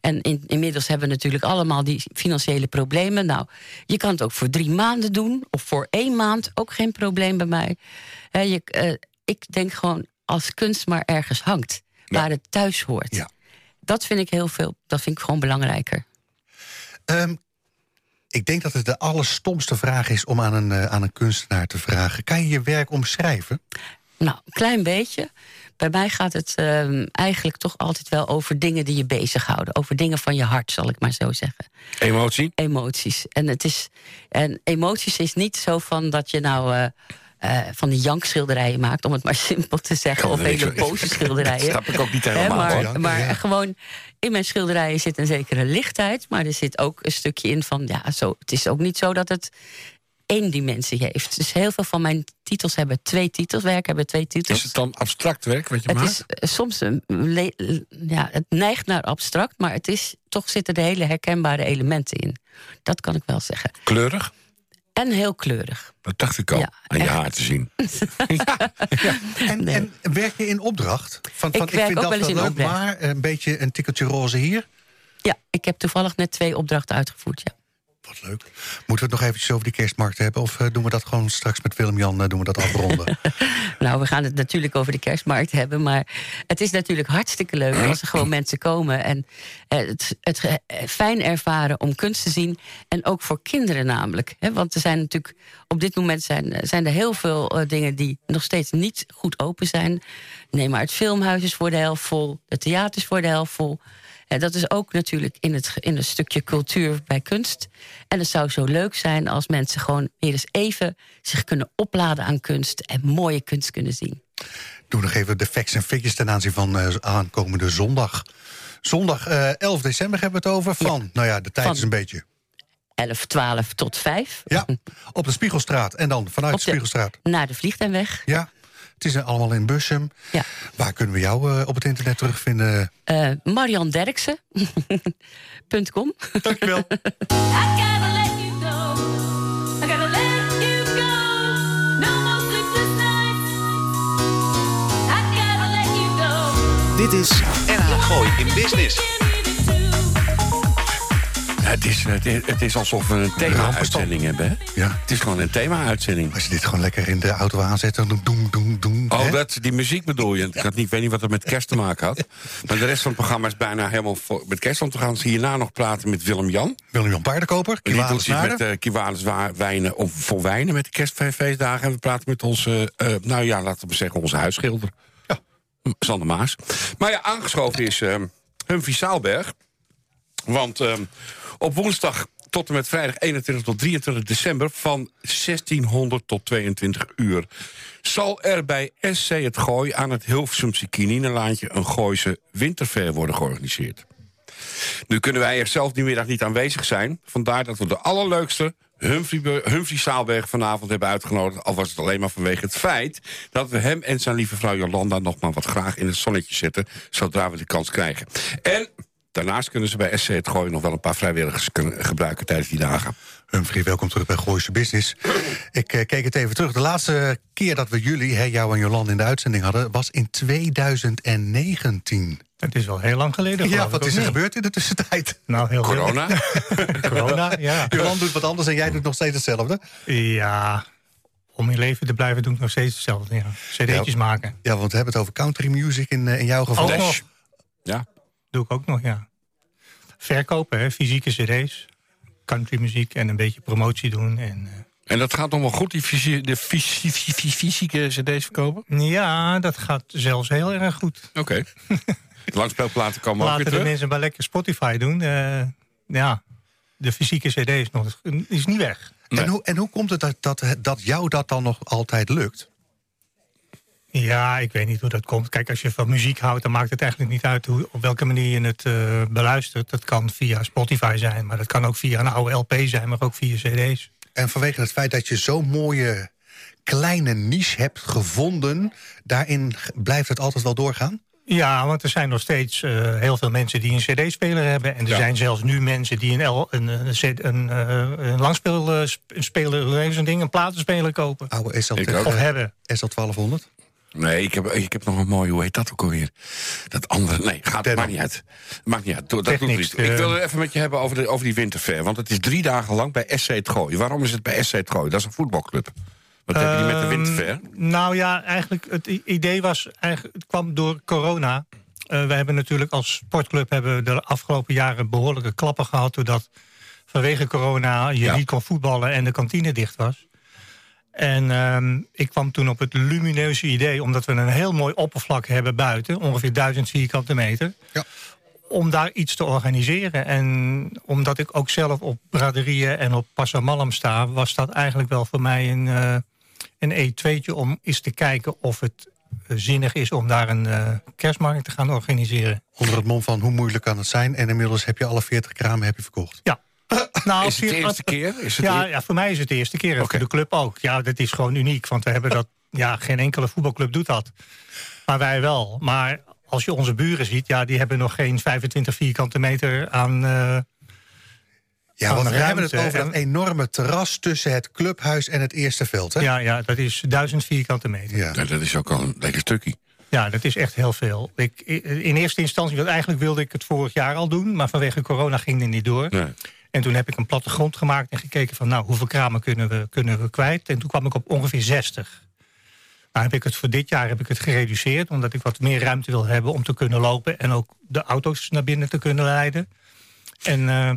En in, inmiddels hebben we natuurlijk allemaal die financiële problemen. Nou, je kan het ook voor drie maanden doen, of voor één maand, ook geen probleem bij mij. Hè, je, eh, ik denk gewoon als kunst maar ergens hangt, Ja. waar het thuis hoort. Ja. Dat vind ik heel veel, dat vind ik gewoon belangrijker. Ehm, ik denk dat het de allerstomste vraag is om aan een, eh, aan een kunstenaar te vragen. Kan je je werk omschrijven? Nou, een klein beetje. Bij mij gaat het ehm, eigenlijk toch altijd wel over dingen die je bezighouden. Over dingen van je hart, zal ik maar zo zeggen. Emotie? Emoties. En, het is, en emoties is niet zo van dat je nou eh, eh, van die jankschilderijen maakt, om het maar simpel te zeggen. Kan Of er niks hele mee. boze Dat schilderijen. snap ik ook niet Hè, helemaal. hoor. hoor. maar maar Ja. gewoon in mijn schilderijen zit een zekere lichtheid. Maar er zit ook een stukje in van. Ja, zo, het is ook niet zo dat het één dimensie heeft. Dus heel veel van mijn titels hebben twee titels. Werken hebben twee titels. Is het dan abstract werk wat je Het maakt? is eh, soms een le- ja, het neigt naar abstract, maar het is toch zitten er hele herkenbare elementen in. Dat kan ik wel zeggen. Kleurig? En heel kleurig. Dat dacht ik al, Ja, aan je echt. haar te zien. En, Nee. en werk je in opdracht? Van, van, Ik werk ook wel eens in leuk, opdracht. maar eh, een beetje een tikkeltje roze hier. Ja, ik heb toevallig net twee opdrachten uitgevoerd. Ja. Wat leuk. Moeten we het nog eventjes over die kerstmarkt hebben? Of eh, doen we dat gewoon straks met Willem-Jan eh, doen we dat afronden? Nou, we gaan het natuurlijk over de kerstmarkt hebben. Maar het is natuurlijk hartstikke leuk als er gewoon mensen komen. En eh, het, het eh, fijn ervaren om kunst te zien. En ook voor kinderen namelijk. hè, want er zijn natuurlijk, op dit moment zijn, eh, zijn er heel veel eh, dingen die nog steeds niet goed open zijn. Neem maar het filmhuis is voor de helft vol. Het theater is voor de helft vol. En dat is ook natuurlijk in het, in het stukje cultuur bij kunst. En het zou zo leuk zijn als mensen gewoon weer eens even zich kunnen opladen aan kunst en mooie kunst kunnen zien. Doe nog even de facts en figures ten aanzien van eh, aankomende zondag. Zondag eh, 11 december hebben we het over. Van, nou ja, de tijd Van. is een beetje. 11, 12 tot 5. Ja, op de Spiegelstraat. En dan vanuit Op de de- Spiegelstraat. Naar de vliegtuinweg. Ja, het is eh, allemaal in Bussum. Ja. Waar kunnen we jou eh, op het internet terugvinden? Eh Marian Derksen.com. Dankjewel. I gotta let you go. I gotta let you go. No more sleepless nights. I gotta let you go. Dit is NH Gooi in Business. Give me the two. Het is, het is, het is alsof we een thema-uitzending hebben. Hè? Ja. Het is gewoon een thema-uitzending. Als je dit gewoon lekker in de auto aanzet, dan doen, doen, doen, doen. Oh, hè? dat, die muziek bedoel je. Ik had niet, weet niet wat het met kerst te maken had. Maar de rest van het programma is bijna helemaal voor, met kerst om te gaan. Hierna nog praten met Willem-Jan. Willem-Jan Paardenkoper. Die doet Kiwanis iets met Naarden. uh, Kiwanis Wa- Wijnen of voor Wijnen met de kerstfeestdagen. En we praten met onze, eh, nou ja, laten we zeggen, onze huisschilder. Ja. Sander Maas. Maar ja, aangeschoven is ehm Humphrey Saalberg. Want ehm, op woensdag tot en met vrijdag 21 tot 23 december... van 1600 tot 22 uur zal er bij SC Het Gooi... aan het Hilversumse Kininenlaantje een Gooise winterfair worden georganiseerd. Nu kunnen wij er zelf die middag niet aanwezig zijn. Vandaar dat we de allerleukste Humphrey, Be- Humphrey Saalberg vanavond hebben uitgenodigd. Al was het alleen maar vanwege het feit dat we hem en zijn lieve vrouw Jolanda nog maar wat graag in het zonnetje zetten. Zodra we de kans krijgen. En daarnaast kunnen ze bij SC het gooien nog wel een paar vrijwilligers kunnen gebruiken tijdens die dagen. Humphrey, welkom terug bij Gooise Business. Ik eh, keek het even terug. De laatste keer dat we jullie, hè, jou en Jolande, in de uitzending hadden... was in 2019. Het is wel heel lang geleden. Ja, geloof wat ik, is of er niet? gebeurd in de tussentijd? Nou, heel veel. Corona? Corona, ja. Jolande doet wat anders en jij doet nog steeds hetzelfde. Ja, om in leven te blijven doe ik nog steeds hetzelfde. Ja. CD'tjes Ja. maken. Ja, want we hebben het over country music in, eh, in jouw geval. Ook Dash. nog. Ja. Doe ik ook nog, ja. Verkopen, hè, fysieke CD's. Country muziek en een beetje promotie doen. En, En dat gaat nog wel goed, die fysi- de fysi- fysi- fysieke cd's verkopen? eh, ja, dat gaat zelfs heel erg goed. Oké. De Langspeelplaten komen ook weer Laten de terug. mensen maar lekker Spotify doen. eh, ja, de fysieke CD is, nog, is niet weg. En, hoe, en hoe komt het dat, dat, dat jou dat dan nog altijd lukt? Ja, ik weet niet hoe dat komt. Kijk, als je van muziek houdt, dan maakt het eigenlijk niet uit hoe, op welke manier je het eh, beluistert. Dat kan via Spotify zijn, maar dat kan ook via een oude LP zijn, maar ook via CD's. En vanwege het feit dat je zo'n mooie kleine niche hebt gevonden... daarin g- blijft het altijd wel doorgaan? Ja, want er zijn nog steeds eh, heel veel mensen die een CD-speler hebben. En er Ja. zijn zelfs nu mensen die een, L, een, een, CD een, eh, een langspeelspeler, een, ding, een platenspeler kopen. Oude SL, Ik ook. Of hebben. SL 1200? Nee, ik heb, ik heb nog een mooie, hoe heet dat ook alweer? Dat andere, nee, gaat, Tenno. maakt niet uit. Maakt niet uit, doe- dat doet er Technics, niet. toe. Ik eh. wil het even met je hebben over, de, over die winterfair. Want het is drie dagen lang bij SC het Gooi. Waarom is het bij SC het Gooi? Dat is een voetbalclub. Wat hebben die met de Ehm, winterfair? Nou ja, eigenlijk het i- idee was, eigenlijk, het kwam door corona. Eh, we hebben natuurlijk als sportclub hebben we de afgelopen jaren behoorlijke klappen gehad. Doordat vanwege corona je Ja. niet kon voetballen en de kantine dicht was. En ehm, ik kwam toen op het lumineuze idee, omdat we een heel mooi oppervlak hebben buiten, ongeveer 1000 vierkante meter. Ja. Om daar iets te organiseren. En omdat ik ook zelf op braderieën en op Passamallam sta, was dat eigenlijk wel voor mij een, eh, een E2'tje om eens te kijken of het eh, zinnig is om daar een eh, kerstmarkt te gaan organiseren. Onder het mom van hoe moeilijk kan het zijn. En inmiddels heb je alle 40 kramen heb je verkocht. Ja. Nou, Is het de vier- eerste keer? Is het ja, eer- ja, voor mij is het de eerste keer. En Oké. voor de club ook. Ja, dat is gewoon uniek. Want we hebben dat. Ja, geen enkele voetbalclub doet dat. Maar wij wel. Maar als je onze buren ziet, ja, die hebben nog geen 25 vierkante meter aan. eh, Ja, Aan want ruimte we Oh, hebben het over dat en- enorme terras tussen het clubhuis en het eerste veld. Hè? ja, ja, dat is 1000 vierkante meter. Ja, Ja. Nou, dat is ook al een lekker stukje. dat is echt heel veel. Ik, i- in eerste instantie, want eigenlijk wilde ik het vorig jaar al doen. Maar vanwege corona ging dit niet door. Nee. En toen heb ik een plattegrond gemaakt en gekeken van... nou, hoeveel kramen kunnen we, kunnen we kwijt? En toen kwam ik op ongeveer 60. Nou heb ik het voor dit jaar heb ik het gereduceerd... omdat ik wat meer ruimte wil hebben om te kunnen lopen... en ook de auto's naar binnen te kunnen leiden. En eh,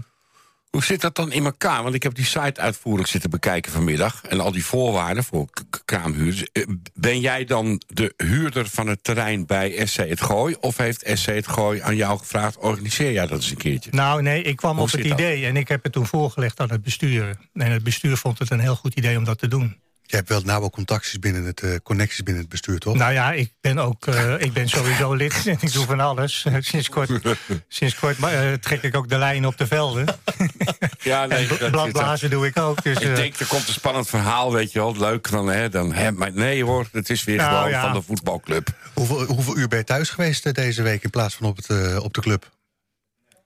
Hoe zit dat dan in elkaar? Want ik heb die site uitvoerig zitten bekijken vanmiddag. En al die voorwaarden voor k- k- kraamhuur. Eh, Ben jij dan de huurder van het terrein bij SC Het Gooi? Of heeft SC Het Gooi aan jou gevraagd: organiseer jij dat eens een keertje? nou nee, ik kwam Hoe op het zit dat? idee... en ik heb het toen voorgelegd aan het bestuur. En het bestuur vond het een heel goed idee om dat te doen. Je hebt wel nauwe contacties binnen het, eh, connecties binnen het bestuur, toch? Nou ja, ik ben ook, eh, ik ben sowieso lid en ik doe van alles. sinds kort, sinds kort maar, eh, trek ik ook de lijn op de velden. Ja, En bla- bladblazen doe ik ook. Dus, Ik eh, denk, er komt een spannend verhaal, weet je wel. Leuk dan, hè? Dan, hè maar nee hoor, het is weer Nou, gewoon ja. van de voetbalclub. Hoeveel, hoeveel uur ben je thuis geweest eh, deze week in plaats van op, het, eh, op de club?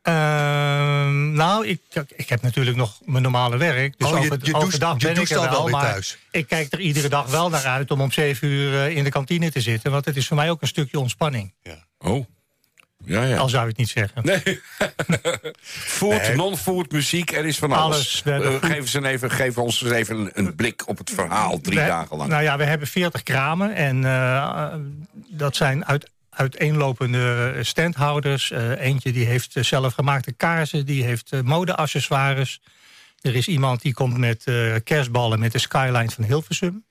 ehm, nou, ik, ik heb natuurlijk nog mijn normale werk. Dus Oh, je- over, je overdag doucht- je ben ik doucht er al wel wel, weer maar thuis. ik kijk er iedere dag wel naar uit om om zeven uur eh, in de kantine te zitten. Want het is voor mij ook een stukje ontspanning, Oh. Ja, ja. al zou je het niet zeggen. Nee. Food, non-food, muziek, er is van alles. Alles, we hebben Eh, goed- geef, eens een even, geef ons eens even een, een blik op het verhaal drie We- dagen lang. Nou ja, we hebben 40 kramen en eh, dat zijn uit, uiteenlopende standhouders. Eh, eentje die heeft eh, zelfgemaakte kaarsen, die heeft eh, modeaccessoires. Er is iemand die komt met eh, kerstballen met de skyline van Hilversum.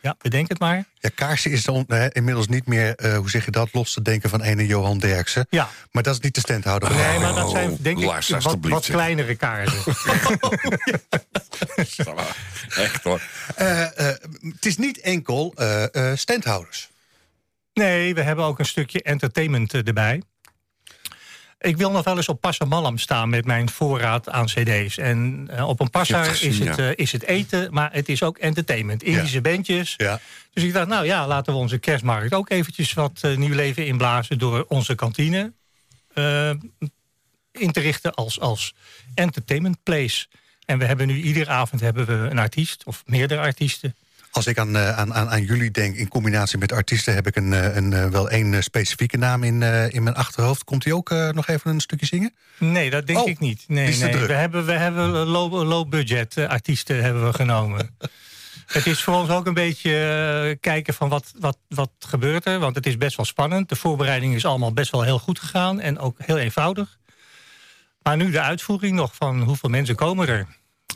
Ja, bedenk het maar. Ja, kaarsen is dan eh, inmiddels niet meer, eh, hoe zeg je dat, los te denken van ene Johan Derksen. Ja. Maar dat is niet de standhouder. Oh, van Nee, de- maar dat zijn denk ik Lars, wat, alstublieft, wat zeg. kleinere kaarsen. Echt hoor. Eh, eh, het is niet enkel eh, eh, standhouders. Nee, we hebben ook een stukje entertainment eh, erbij. Ik wil nog wel eens op Passamallam staan met mijn voorraad aan cd's. En eh, op een Ik Passar heb het is, gezien, het, ja. eh, is het eten, maar het is ook entertainment. Indische bandjes. Ja. Dus ik dacht, nou ja, laten we onze kerstmarkt ook eventjes wat eh, nieuw leven inblazen... door onze kantine eh, in te richten als, als entertainment place. En we hebben nu iedere avond hebben we een artiest of meerdere artiesten. Als ik aan, eh, aan, aan, aan jullie denk, in combinatie met artiesten, heb ik een, eh, een, eh, wel één eh, specifieke naam in, eh, in mijn achterhoofd. Komt die ook eh, nog even een stukje zingen? Nee, dat denk Oh, ik niet. Nee, die is te nee. druk. We hebben, we hebben low, low budget eh, artiesten hebben we genomen. het is voor ons ook een beetje eh, kijken van wat, wat, wat gebeurt er. Want het is best wel spannend. De voorbereiding is allemaal best wel heel goed gegaan. En ook heel eenvoudig. Maar nu de uitvoering nog van hoeveel mensen komen er.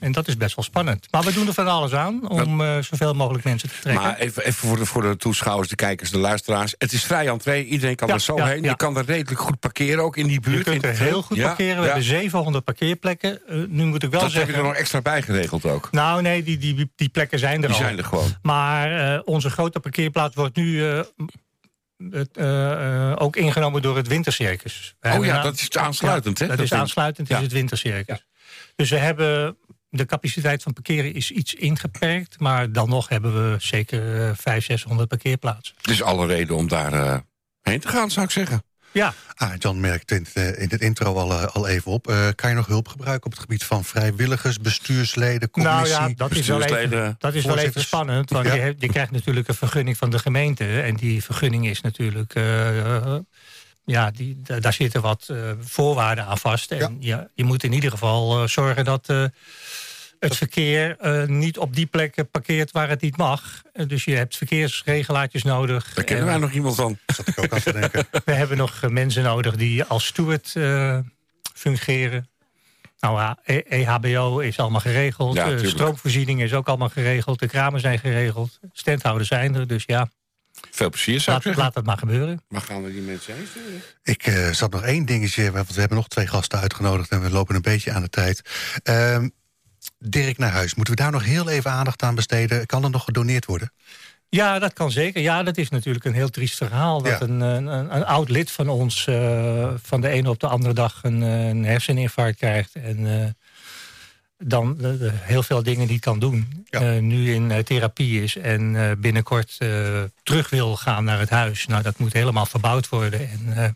En dat is best wel spannend. Maar we doen er van alles aan om eh, zoveel mogelijk mensen te trekken. Maar even, even voor, de, voor de toeschouwers, de kijkers, de luisteraars. Het is vrij entree, iedereen kan Ja, er zo ja, heen. ja. Je kan er redelijk goed parkeren ook in die buurt. je kunt in er het heel veld. goed Ja, parkeren. We ja. hebben 700 parkeerplekken. Eh, nu moet ik wel Dat heb zeggen... je er nog extra bij geregeld ook. Nou nee, die, die, die plekken zijn er Die al. zijn er gewoon. Maar eh, onze grote parkeerplaats wordt nu eh, het, eh, eh, ook ingenomen door het wintercircus. We Oh hebben ja, een- dat is aansluitend, hè? Dat, is aansluitend, is het wintercircus. Dus we hebben, de capaciteit van parkeren is iets ingeperkt. Maar dan nog hebben we zeker eh, 500, 600 parkeerplaatsen. Dus alle reden om daar eh, heen te gaan, zou ik zeggen. Ja, Ah, Jan merkt in, het, eh, in het intro al, eh, al even op. Eh, kan je nog hulp gebruiken op het gebied van vrijwilligers, bestuursleden, commissie? nou ja, dat is wel even, bestuursleden, dat is wel even voorzitters. spannend. Want Ja. je, hebt- je krijgt natuurlijk een vergunning van de gemeente. En die vergunning is natuurlijk... eh, ja, die, da- daar zitten wat eh, voorwaarden aan vast. En ja, je moet in ieder geval eh, zorgen dat eh, het verkeer eh, niet op die plekken parkeert waar het niet mag. Eh, dus je hebt verkeersregelaartjes nodig. Daar kennen En wij nog iemand van. Zat ik ook aan te denken. We hebben nog eh, mensen nodig die als steward eh, fungeren. Nou, ja, E- EHBO is allemaal geregeld. Ja, eh, tuurlijk. stroomvoorziening is ook allemaal geregeld. De kramen zijn geregeld. Standhouders zijn er. Dus ja, Veel plezier, zou ik laat, zeggen. laat het maar gebeuren. Maar gaan we die mensen heen sturen? Ik eh, zat nog één dingetje, want we hebben nog twee gasten uitgenodigd... en we lopen een beetje aan de tijd. Ehm, Dirk naar huis, moeten we daar nog heel even aandacht aan besteden? Kan er nog gedoneerd worden? Ja, dat kan zeker. Ja, dat is natuurlijk een heel triest verhaal. Dat Ja. een, een, een, een oud lid van ons eh, van de ene op de andere dag een, eh, een herseninfarct krijgt. En eh, dan eh, heel veel dingen niet kan doen. Ja. Eh, nu in eh, therapie is en eh, binnenkort eh, terug wil gaan naar het huis. Nou, dat moet helemaal verbouwd worden. En eh,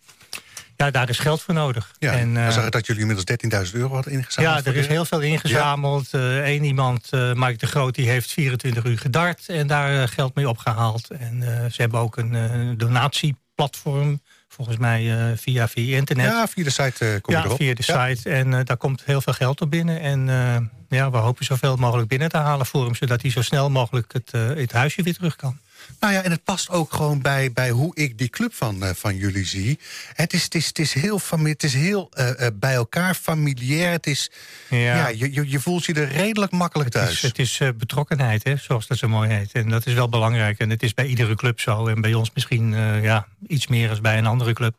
ja, daar is geld voor nodig. Ja, en, dan eh, zag ik dat jullie inmiddels 13.000 euro hadden ingezameld. ja, voor er is dit. heel veel ingezameld. Eén iemand, eh Mike de Groot, die heeft 24 uur gedart en daar eh, geld mee opgehaald. En eh, ze hebben ook een eh, donatieplatform, volgens mij eh, via, via internet. Ja, via de site eh, kom Ja, je erop. via de Ja. site. En eh, daar komt heel veel geld op binnen. En eh, ja, we hopen zoveel mogelijk binnen te halen voor hem, zodat hij zo snel mogelijk het, eh, het huisje weer terug kan. Nou ja, en het past ook gewoon bij, bij hoe ik die club van, eh, van jullie zie. Het is, het is, het is heel, fami- het is heel eh, eh, bij elkaar, familiair. Het is, Ja. ja. je, je, je voelt je er redelijk makkelijk Het thuis. is, het is eh, betrokkenheid, hè, zoals dat zo mooi heet. En dat is wel belangrijk. En het is bij iedere club zo. En bij ons misschien eh, ja, iets meer als bij een andere club.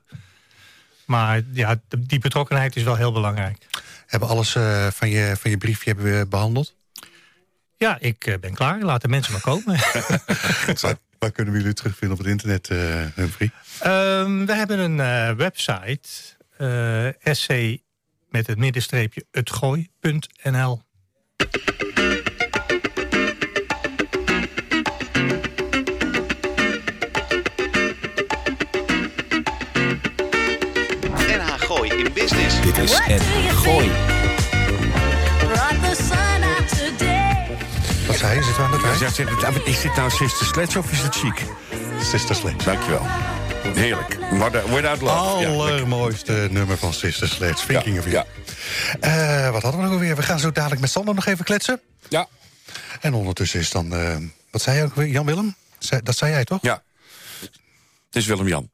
Maar ja, d- die betrokkenheid is wel heel belangrijk. Hebben alles eh, van, je, van je briefje hebben we behandeld? Ja, ik eh, ben klaar. Laat de mensen maar komen. Waar, waar kunnen we jullie terugvinden op het internet, eh Humphrey? Ehm, we hebben een eh, website. eh sc met het middenstreepje hetgooi.nl NH Gooi in Business. Dit is What do you NH Gooi. Brought the sun out today. Wat zei je? Zit we aan de Hij tijd? zegt, zit het- is dit nou Sister Sledge of is het chic? Sister Sledge. Dankjewel. Heerlijk. eh, Without without love. Ja, lekker. Allermooiste nummer van Sister Sledge. Thinking of you. Ja. Eh, wat hadden we nog alweer? We gaan zo dadelijk met Sander nog even kletsen. Ja. En ondertussen is dan... eh, wat zei je ook weer? Jan-Willem? Zei- Dat zei jij toch? ja. Het is Willem-Jan.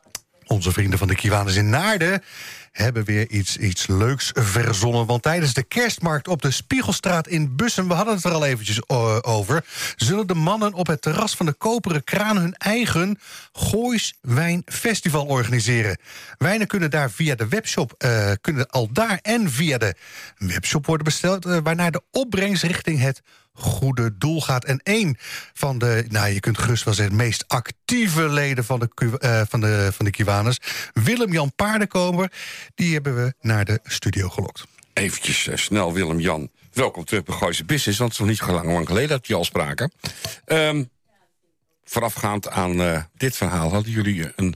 Onze vrienden van de Kiwanis in Naarden hebben weer iets, iets leuks verzonnen. Want tijdens de kerstmarkt op de Spiegelstraat in Bussen... we hadden het er al eventjes eh, over... zullen de mannen op het terras van de Koperen Kraan... hun eigen Goois Wijnfestival organiseren. Wijnen kunnen daar via de webshop... eh, kunnen al daar en via de webshop worden besteld... eh, waarna de opbrengst richting het goede doel gaat. En één van de, nou je kunt gerust wel zeggen, meest actieve leden van de, Ku- eh, van de, van de Kiwanis, Willem-Jan Paardenkomer, die hebben we naar de studio gelokt. Eventjes eh, snel, Willem-Jan. Welkom terug bij Gooise Business, want het is nog niet lang, lang geleden dat je al spraken. Ehm, voorafgaand aan eh, dit verhaal hadden jullie eh, een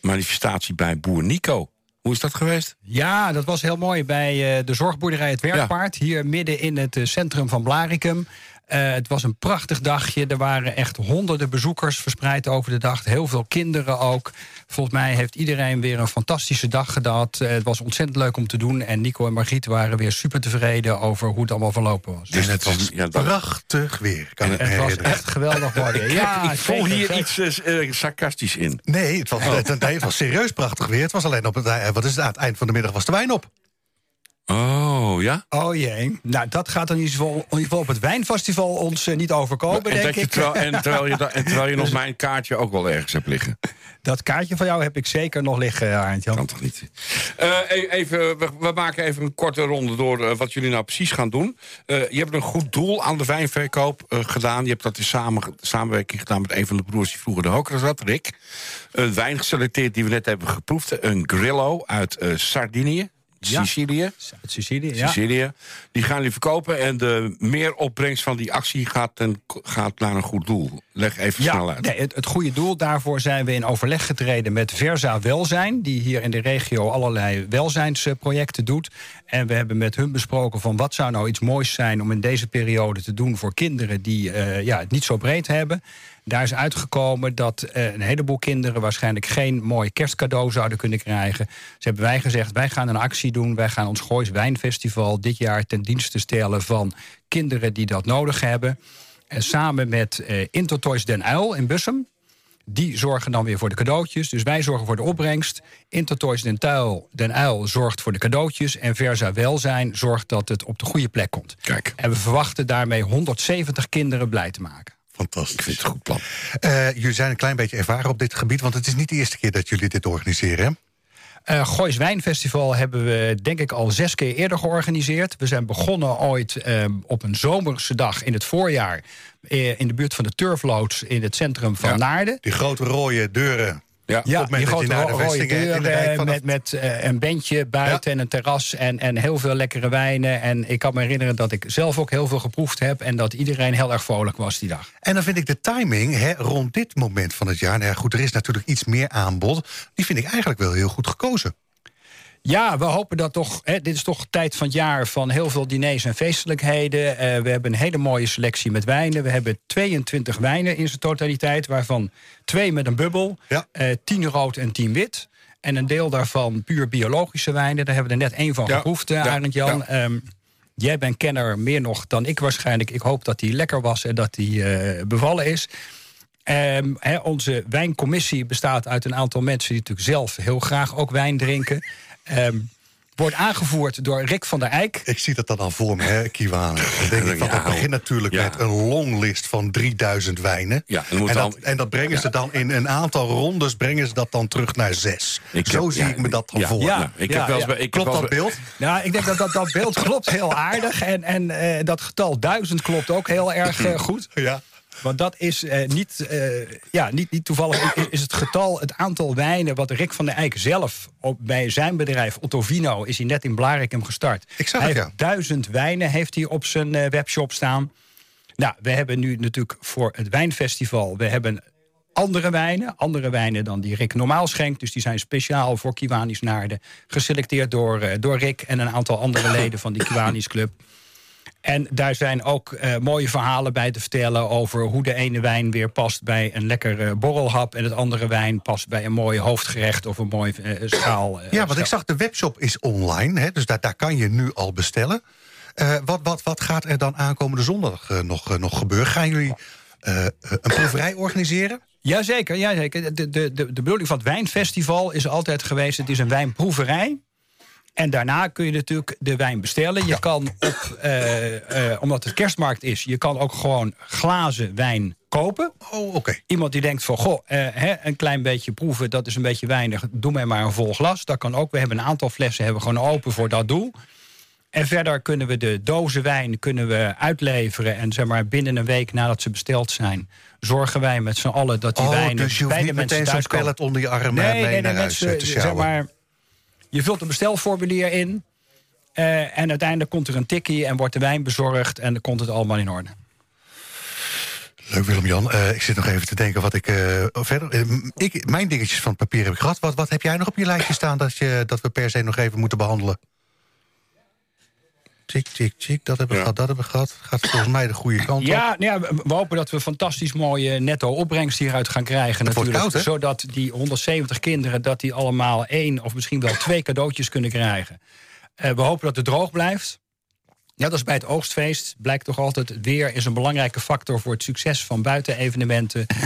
manifestatie bij boer Nico. Hoe is dat geweest? Ja, dat was heel mooi bij eh, de zorgboerderij Het Werkpaard. Hier midden in het eh, centrum van Blarikum. Eh, het was een prachtig dagje. Er waren echt honderden bezoekers verspreid over de dag. Heel veel kinderen ook. Volgens mij heeft iedereen weer een fantastische dag gehad. Eh, het was ontzettend leuk om te doen. En Nico en Margriet waren weer super tevreden over hoe het allemaal verlopen was. Dus en het dat- was ja, dat- prachtig weer, kan ik me Het was herinneren. echt geweldig mooi. Ja, Ja, ik vol zeker, hier zeker. iets eh, eh, sarcastisch in. Nee het, was, Oh. het, nee, het was serieus prachtig weer. Het was alleen op het, eh, wat is het, aan het eind van de middag was de wijn op. Oh, ja? Oh jee. Nou, dat gaat dan in ieder geval, in ieder geval op het wijnfestival ons eh, niet overkomen, en, denk dat je ik. terwijl, en, terwijl je, da- en terwijl je nog mijn kaartje ook wel ergens hebt liggen. Dat kaartje van jou heb ik zeker nog liggen, Arend-Jan. Oh. Kan toch niet? Eh, e- even, we, we maken even een korte ronde door eh, wat jullie nou precies gaan doen. Eh, je hebt een goed doel aan de wijnverkoop eh, gedaan. Je hebt dat in samen, samenwerking gedaan met een van de broers die vroeger de hokers had, Rick. Een wijn geselecteerd die we net hebben geproefd. Een Grillo uit eh, Sardinië. Ja. Sicilië. Zuid-Sicilië, ja. Sicilië. Die gaan die verkopen en de meeropbrengst van die actie gaat, ten, gaat naar een goed doel. Leg even snel Ja, uit. nee, het, het goede doel daarvoor zijn we in overleg getreden met Versa Welzijn, die hier in de regio allerlei welzijnsprojecten doet. En we hebben met hun besproken van wat zou nou iets moois zijn om in deze periode te doen voor kinderen die eh, ja, het niet zo breed hebben. Daar is uitgekomen dat eh, een heleboel kinderen waarschijnlijk geen mooi kerstcadeau zouden kunnen krijgen. Dus hebben wij gezegd, wij gaan een actie doen. Wij gaan ons Goois Wijnfestival dit jaar ten dienste stellen van kinderen die dat nodig hebben. En samen met eh, Intertoys Den Uil in Bussum. Die zorgen dan weer voor de cadeautjes. Dus wij zorgen voor de opbrengst. Intertoys Den, Tuil, Den Uil zorgt voor de cadeautjes. En Versa Welzijn zorgt dat het op de goede plek komt. Kijk. En we verwachten daarmee 170 kinderen blij te maken. Fantastisch. Ik vind het een goed plan. Eh, jullie zijn een klein beetje ervaren op dit gebied, want het is niet de eerste keer dat jullie dit organiseren. Hè? Eh Goois Wijnfestival hebben we denk ik al zes keer eerder georganiseerd. We zijn begonnen ooit eh, op een zomerse dag in het voorjaar... eh, in de buurt van de Turfloods in het centrum van Ja. Naarden. Die grote rode deuren. Ja. Op Ja, het moment die grote dat je naar de ro- rode vesting, eh, in de deuren wijk vanaf- met, met eh, een bandje buiten en een terras en, en heel veel lekkere wijnen. En ik kan me herinneren dat ik zelf ook heel veel geproefd heb... en dat iedereen heel erg vrolijk was die dag. En dan vind ik de timing hè, rond dit moment van het jaar. Nou ja, goed, er is natuurlijk iets meer aanbod. Die vind ik eigenlijk wel heel goed gekozen. Ja, we hopen dat toch. Hè, dit is toch tijd van het jaar van heel veel diners en feestelijkheden. Eh, we hebben een hele mooie selectie met wijnen. We hebben 22 wijnen in zijn totaliteit, waarvan twee met een bubbel, Ja. eh, 10 rood en 10 wit. En een deel daarvan puur biologische wijnen. Daar hebben we er net één van Ja, geproefd, eh, ja, Arend Jan. ja. Ehm, jij bent kenner meer nog dan ik waarschijnlijk. Ik hoop dat die lekker was en dat die eh, bevallen is. Ehm, hè, onze wijncommissie bestaat uit een aantal mensen die natuurlijk zelf heel graag ook wijn drinken. Ehm, wordt aangevoerd door Rick van der Eijk. Ik zie dat dan al voor me, hè, Kiwanen. Dan denk ik van, dat Ja. begint natuurlijk Ja. met een longlist van 3000 wijnen. Ja, en dan en, moet dat, dan- en dat brengen ze dan in een aantal rondes brengen ze dat dan terug naar zes. Ik Zo heb- zie ja, ik me dat dan ja, voor. ja, me. ik ja, heb wel eens ja. bij- ik heb Klopt wel dat eens- beeld? Nou, ik denk dat dat, dat beeld klopt heel aardig. En, en eh, dat getal duizend klopt ook heel erg eh, goed. Ja. Want dat is eh, niet, eh, ja, niet, niet toevallig. i- Is het getal, het aantal wijnen wat Rick van der Eyck zelf op, bij zijn bedrijf Ottovino is hij net in Blarikum gestart. Ik zag hij het, heeft ja. duizend wijnen heeft hij op zijn eh, webshop staan. Nou, we hebben nu natuurlijk voor het wijnfestival, we hebben andere wijnen, andere wijnen dan die Rick normaal schenkt. Dus die zijn speciaal voor Kiwanis Naarden geselecteerd door, eh, door Rick en een aantal andere leden van die Kiwanis Club. En daar zijn ook eh, mooie verhalen bij te vertellen over hoe de ene wijn weer past bij een lekkere borrelhap en het andere wijn past bij een mooi hoofdgerecht of een mooi eh, schaal. eh, Ja, want ik schaal. zag de webshop is online, hè, dus daar, daar kan je nu al bestellen. Eh, wat, wat, wat gaat er dan aankomende zondag eh, nog, eh, nog gebeuren? Gaan jullie eh, eh, een proeverij organiseren? Jazeker, jazeker. De, de, de, de bedoeling van het wijnfestival is altijd geweest: het is een wijnproeverij. En daarna kun je natuurlijk de wijn bestellen. Je kan op, eh, eh, omdat het kerstmarkt is, je kan ook gewoon glazen wijn kopen. Oh, oké. Iemand die denkt van, goh, eh, hè, een klein beetje proeven, dat is een beetje weinig. Doe mij maar een vol glas. Dat kan ook. We hebben een aantal flessen hebben we gewoon open voor dat doel. En verder kunnen we de dozen wijn kunnen we uitleveren. En zeg maar, binnen een week nadat ze besteld zijn... zorgen wij met z'n allen dat die Oh, wijnen dus je hoeft bij de niet mensen meteen zo'n thuis komen. pallet onder je arm eh, Nee, mee nee, nee, naar huis eh, mensen, te zeg sjouwen. maar, je vult een bestelformulier in... eh, en uiteindelijk komt er een tikkie en wordt de wijn bezorgd... en dan komt het allemaal in orde. Leuk Willem-Jan, Eh, ik zit nog even te denken wat ik eh, verder... eh, m- ik, mijn dingetjes van het papier heb ik gehad. Wat, wat heb jij nog op je lijstje staan dat, je, dat we per se nog even moeten behandelen? Tik, tik, tik, dat hebben we Ja. gehad, dat hebben we gehad. Gaat volgens mij de goede kant op. Ja, nou ja, we- we hopen dat we fantastisch mooie netto opbrengst hieruit gaan krijgen. Het wordt natuurlijk, koud, hè? zodat die 170 kinderen dat die allemaal één of misschien wel twee cadeautjes kunnen krijgen. Eh, we hopen dat het droog blijft. Net als bij het oogstfeest blijkt toch altijd... het weer is een belangrijke factor voor het succes van buitenevenementen. Eh,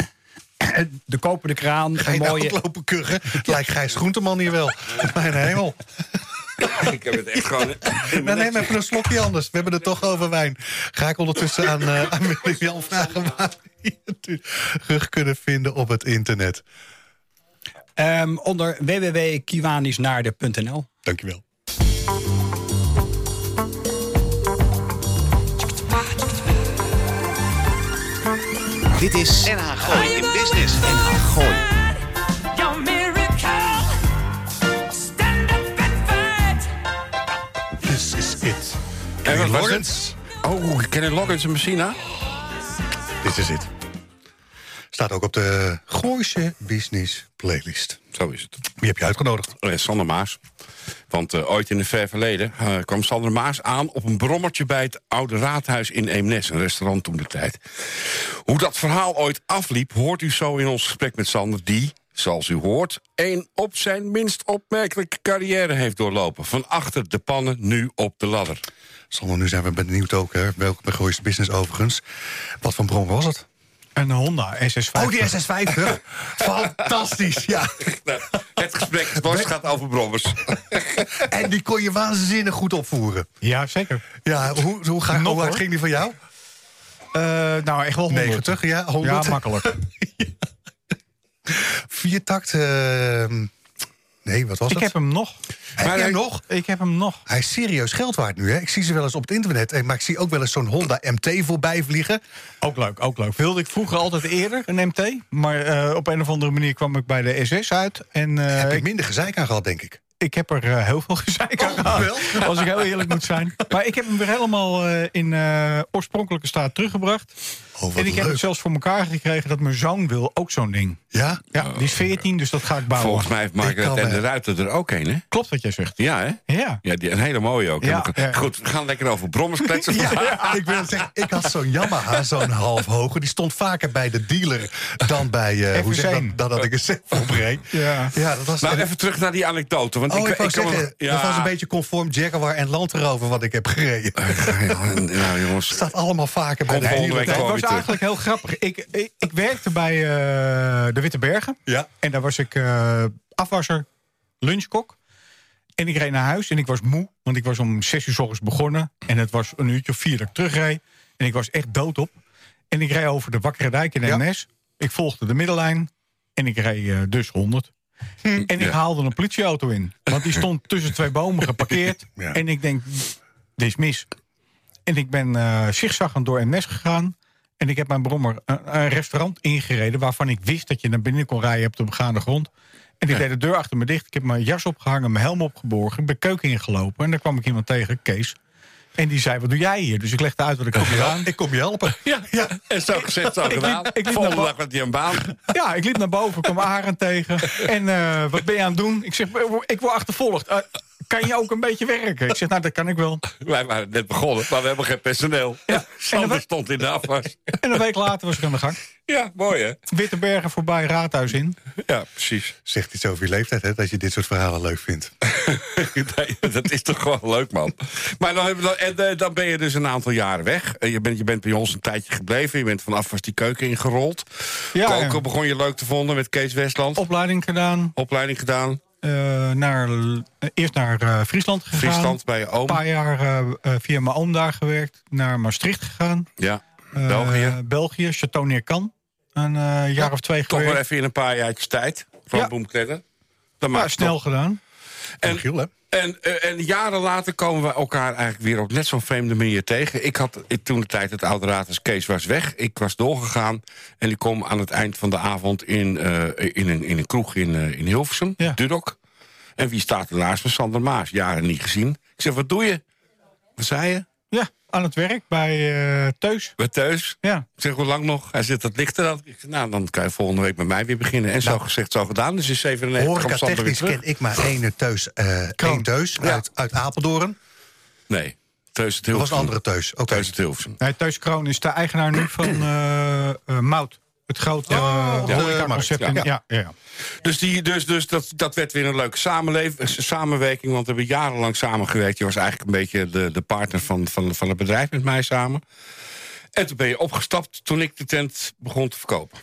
De kopende kraan, Ga een je nou mooie... ook lopen kuchen? Lijkt Gijs Groenteman hier wel. Mijn hemel. Ik heb het echt gewoon... Nee, neem even een slokje anders. We hebben het toch over wijn. Ga ik ondertussen aan, eh aan Willem-Jan vragen waar we je terug kunnen vinden op het internet. Ehm, onder www.kiwanisnaarden.nl Dankjewel. Dit is NH Gooi in Business. NH Gooi. Your miracle. Stand up and fight. Kenny was Loggins. het? Oh, Kenny Loggins en Messina. Dit is het. Staat ook op de Gooise Business Playlist. Zo is het. Wie heb je uitgenodigd? Eh, Sander Maas. Want eh, ooit in het ver verleden eh, kwam Sander Maas aan op een brommertje bij het Oude Raadhuis in Eemnes, een restaurant toen de tijd. Hoe dat verhaal ooit afliep, hoort u zo in ons gesprek met Sander, die, zoals u hoort, een op zijn minst opmerkelijke carrière heeft doorlopen. Van achter de pannen, nu op de ladder. Sander, nu zijn we benieuwd ook, hè? welke bij Gooise Business overigens. Wat voor bron was het? Een Honda SS5. Oh, Oh, SS50. Fantastisch, ja. Nou, het gesprek het was, gaat over brommers. En die kon je waanzinnig goed opvoeren. Ja, zeker. Ja, hoe, hoe, ga, Nog, hoe hard hoor. ging die van jou? Eh, nou, echt wel 100. 90, ja, 100. Ja, makkelijk. Viertakt, ehm, nee, wat was ik dat? heb hem nog. Heb Maar je hem hij- nog? Ik heb hem nog. Hij is serieus geld waard nu, hè? Ik zie ze wel eens op het internet, eh, maar ik zie ook wel eens zo'n Honda MT voorbij vliegen. Ook leuk, ook leuk. Wilde ik vroeger altijd eerder een MT. Maar eh, op een of andere manier kwam ik bij de SS uit. En eh, heb je ik, minder gezeik aan gehad, denk ik. ik heb er eh, heel veel gezeik aan gehad. Als ik heel eerlijk moet zijn. Maar ik heb hem weer helemaal eh, in eh, oorspronkelijke staat teruggebracht. Oh, wat en ik heb leuk. het zelfs voor elkaar gekregen dat mijn zoon wil ook zo'n ding. Ja? Ja, die is 14, dus dat ga ik bouwen. Volgens mij heeft Margaret kan, en de eh, Ruiter er ook een, hè? Klopt wat jij zegt. Ja, hè? Ja. Ja, die, een hele mooie ook. hè? Ja, ja. Goed, we gaan lekker over brommers kletsen. Ja, ik wil zeggen, ik had zo'n Yamaha, zo'n half hoge. Die stond vaker bij de dealer dan bij... eh hoe zeg je F1. dat? Dan had ik een set opbreed. Ja. ja, dat was... Nou, even terug naar die anekdote. Want Oh, ik, ik, wou kan me- zeggen, ja. dat was een beetje conform Jaguar en Land Rover wat ik heb gereden. nou, jongens. staat allemaal vaker bij Kom de volgende week dealer. Nee, het was gewoon weer terug. eigenlijk heel grappig. Ik, ik, ik werkte bij eh, de Witte Bergen. Ja. En daar was ik eh, afwasser, lunchkok. En ik reed naar huis en ik was moe, want ik was om zes uur s ochtends begonnen. En het was een uurtje of vier dat ik terugreed. En ik was echt doodop. En ik reed over de Wakkere Dijk in Ja. NS. Ik volgde de middellijn en ik reed eh, dus 100. Hm. En ik haalde een politieauto in. Want die stond tussen twee bomen geparkeerd. Ja. En ik denk, dit is mis. En ik ben eh zigzaggend door MS gegaan. En ik heb mijn brommer een, een restaurant ingereden... waarvan ik wist dat je naar binnen kon rijden op de begaande grond. En ik deed de deur achter me dicht. Ik heb mijn jas opgehangen, mijn helm opgeborgen. Ik ben keuken ingelopen. En daar kwam ik iemand tegen, Kees. En die zei, wat doe jij hier? Dus ik legde uit wat ik had gedaan. Ik kom je helpen. Ja, en zo gezegd, zo gedaan. liep- ik liep Volgende naar dag had hij een baan. Ja, ik liep naar boven, kwam Arend tegen. En eh, wat ben je aan het doen? Ik zeg, ik word achtervolgd. Eh, kan je ook een beetje werken? Ik zeg, nou, dat kan ik wel. Wij waren net begonnen, maar we hebben geen personeel. Ja. Sander En dan- stond in de afwas. En een week later was ik aan de gang. Ja, mooi hè? Witte Bergen voorbij, Raadhuis in. Ja, precies. Zegt iets over je leeftijd, hè, dat je dit soort verhalen leuk vindt. Nee, dat is toch gewoon leuk, man. Maar dan, hebben we dan, en, eh, dan ben je dus een aantal jaren weg. Eh, Je bent, je bent bij ons een tijdje gebleven. Je bent vanaf was die keuken ingerold. Ja, Koken ja. begon je leuk te vonden met Kees Westland. Opleiding gedaan. Opleiding gedaan. eh, naar, eh, eerst naar eh, Friesland gegaan. Friesland bij je oom. Een paar jaar eh, eh, via mijn oom daar gewerkt. Naar Maastricht gegaan. Ja, Eh, België. België, Chateau Neerkan. Een eh, jaar of twee Toch maar gewerkt. even in een paar jaartjes tijd. Van Ja. boomkletten. Ja, Dan maakt het snel gedaan. En, Giel, hè? en, eh, en jaren later komen we elkaar eigenlijk weer op net zo'n vreemde manier tegen. Ik had ik, toen de tijd het oude raadhuis Kees was weg. Ik was doorgegaan. En ik kom aan het eind van de avond in, eh, in, een, in een kroeg in, eh, in Hilversum, Ja. Dudok. En wie staat er naast me? Sander Maas. Jaren niet gezien. Ik zeg, wat doe je? Wat zei je? Ja, aan het werk bij eh Teus. Bij thuis. Ja. Ik zeg, hoe lang nog? Hij zegt, dat ligt er dan. Ik zeg, nou, dan kan je volgende week met mij weer beginnen. En zo gezegd, zo gedaan. Dus in 97 kwam Nou. Horeca Sander weer technisch terug. ken ik maar één teus, eh één teus uit, uit Apeldoorn. Nee, thuis het Dat was Hilversum. een andere teus. Oké. Thuis het Hilversum. Nee, Teus Kroon is de eigenaar nu van eh, eh, Mout. Het grote eh, de horecaconcept. markt, in- Oh, ja. Ja, ja. Dus, die, dus, dus dat, dat werd weer een leuke samenleving, eh, samenwerking. Want we hebben jarenlang samengewerkt. Je was eigenlijk een beetje de, de partner van, van, van het bedrijf met mij samen. En toen ben je opgestapt toen ik de tent begon te verkopen.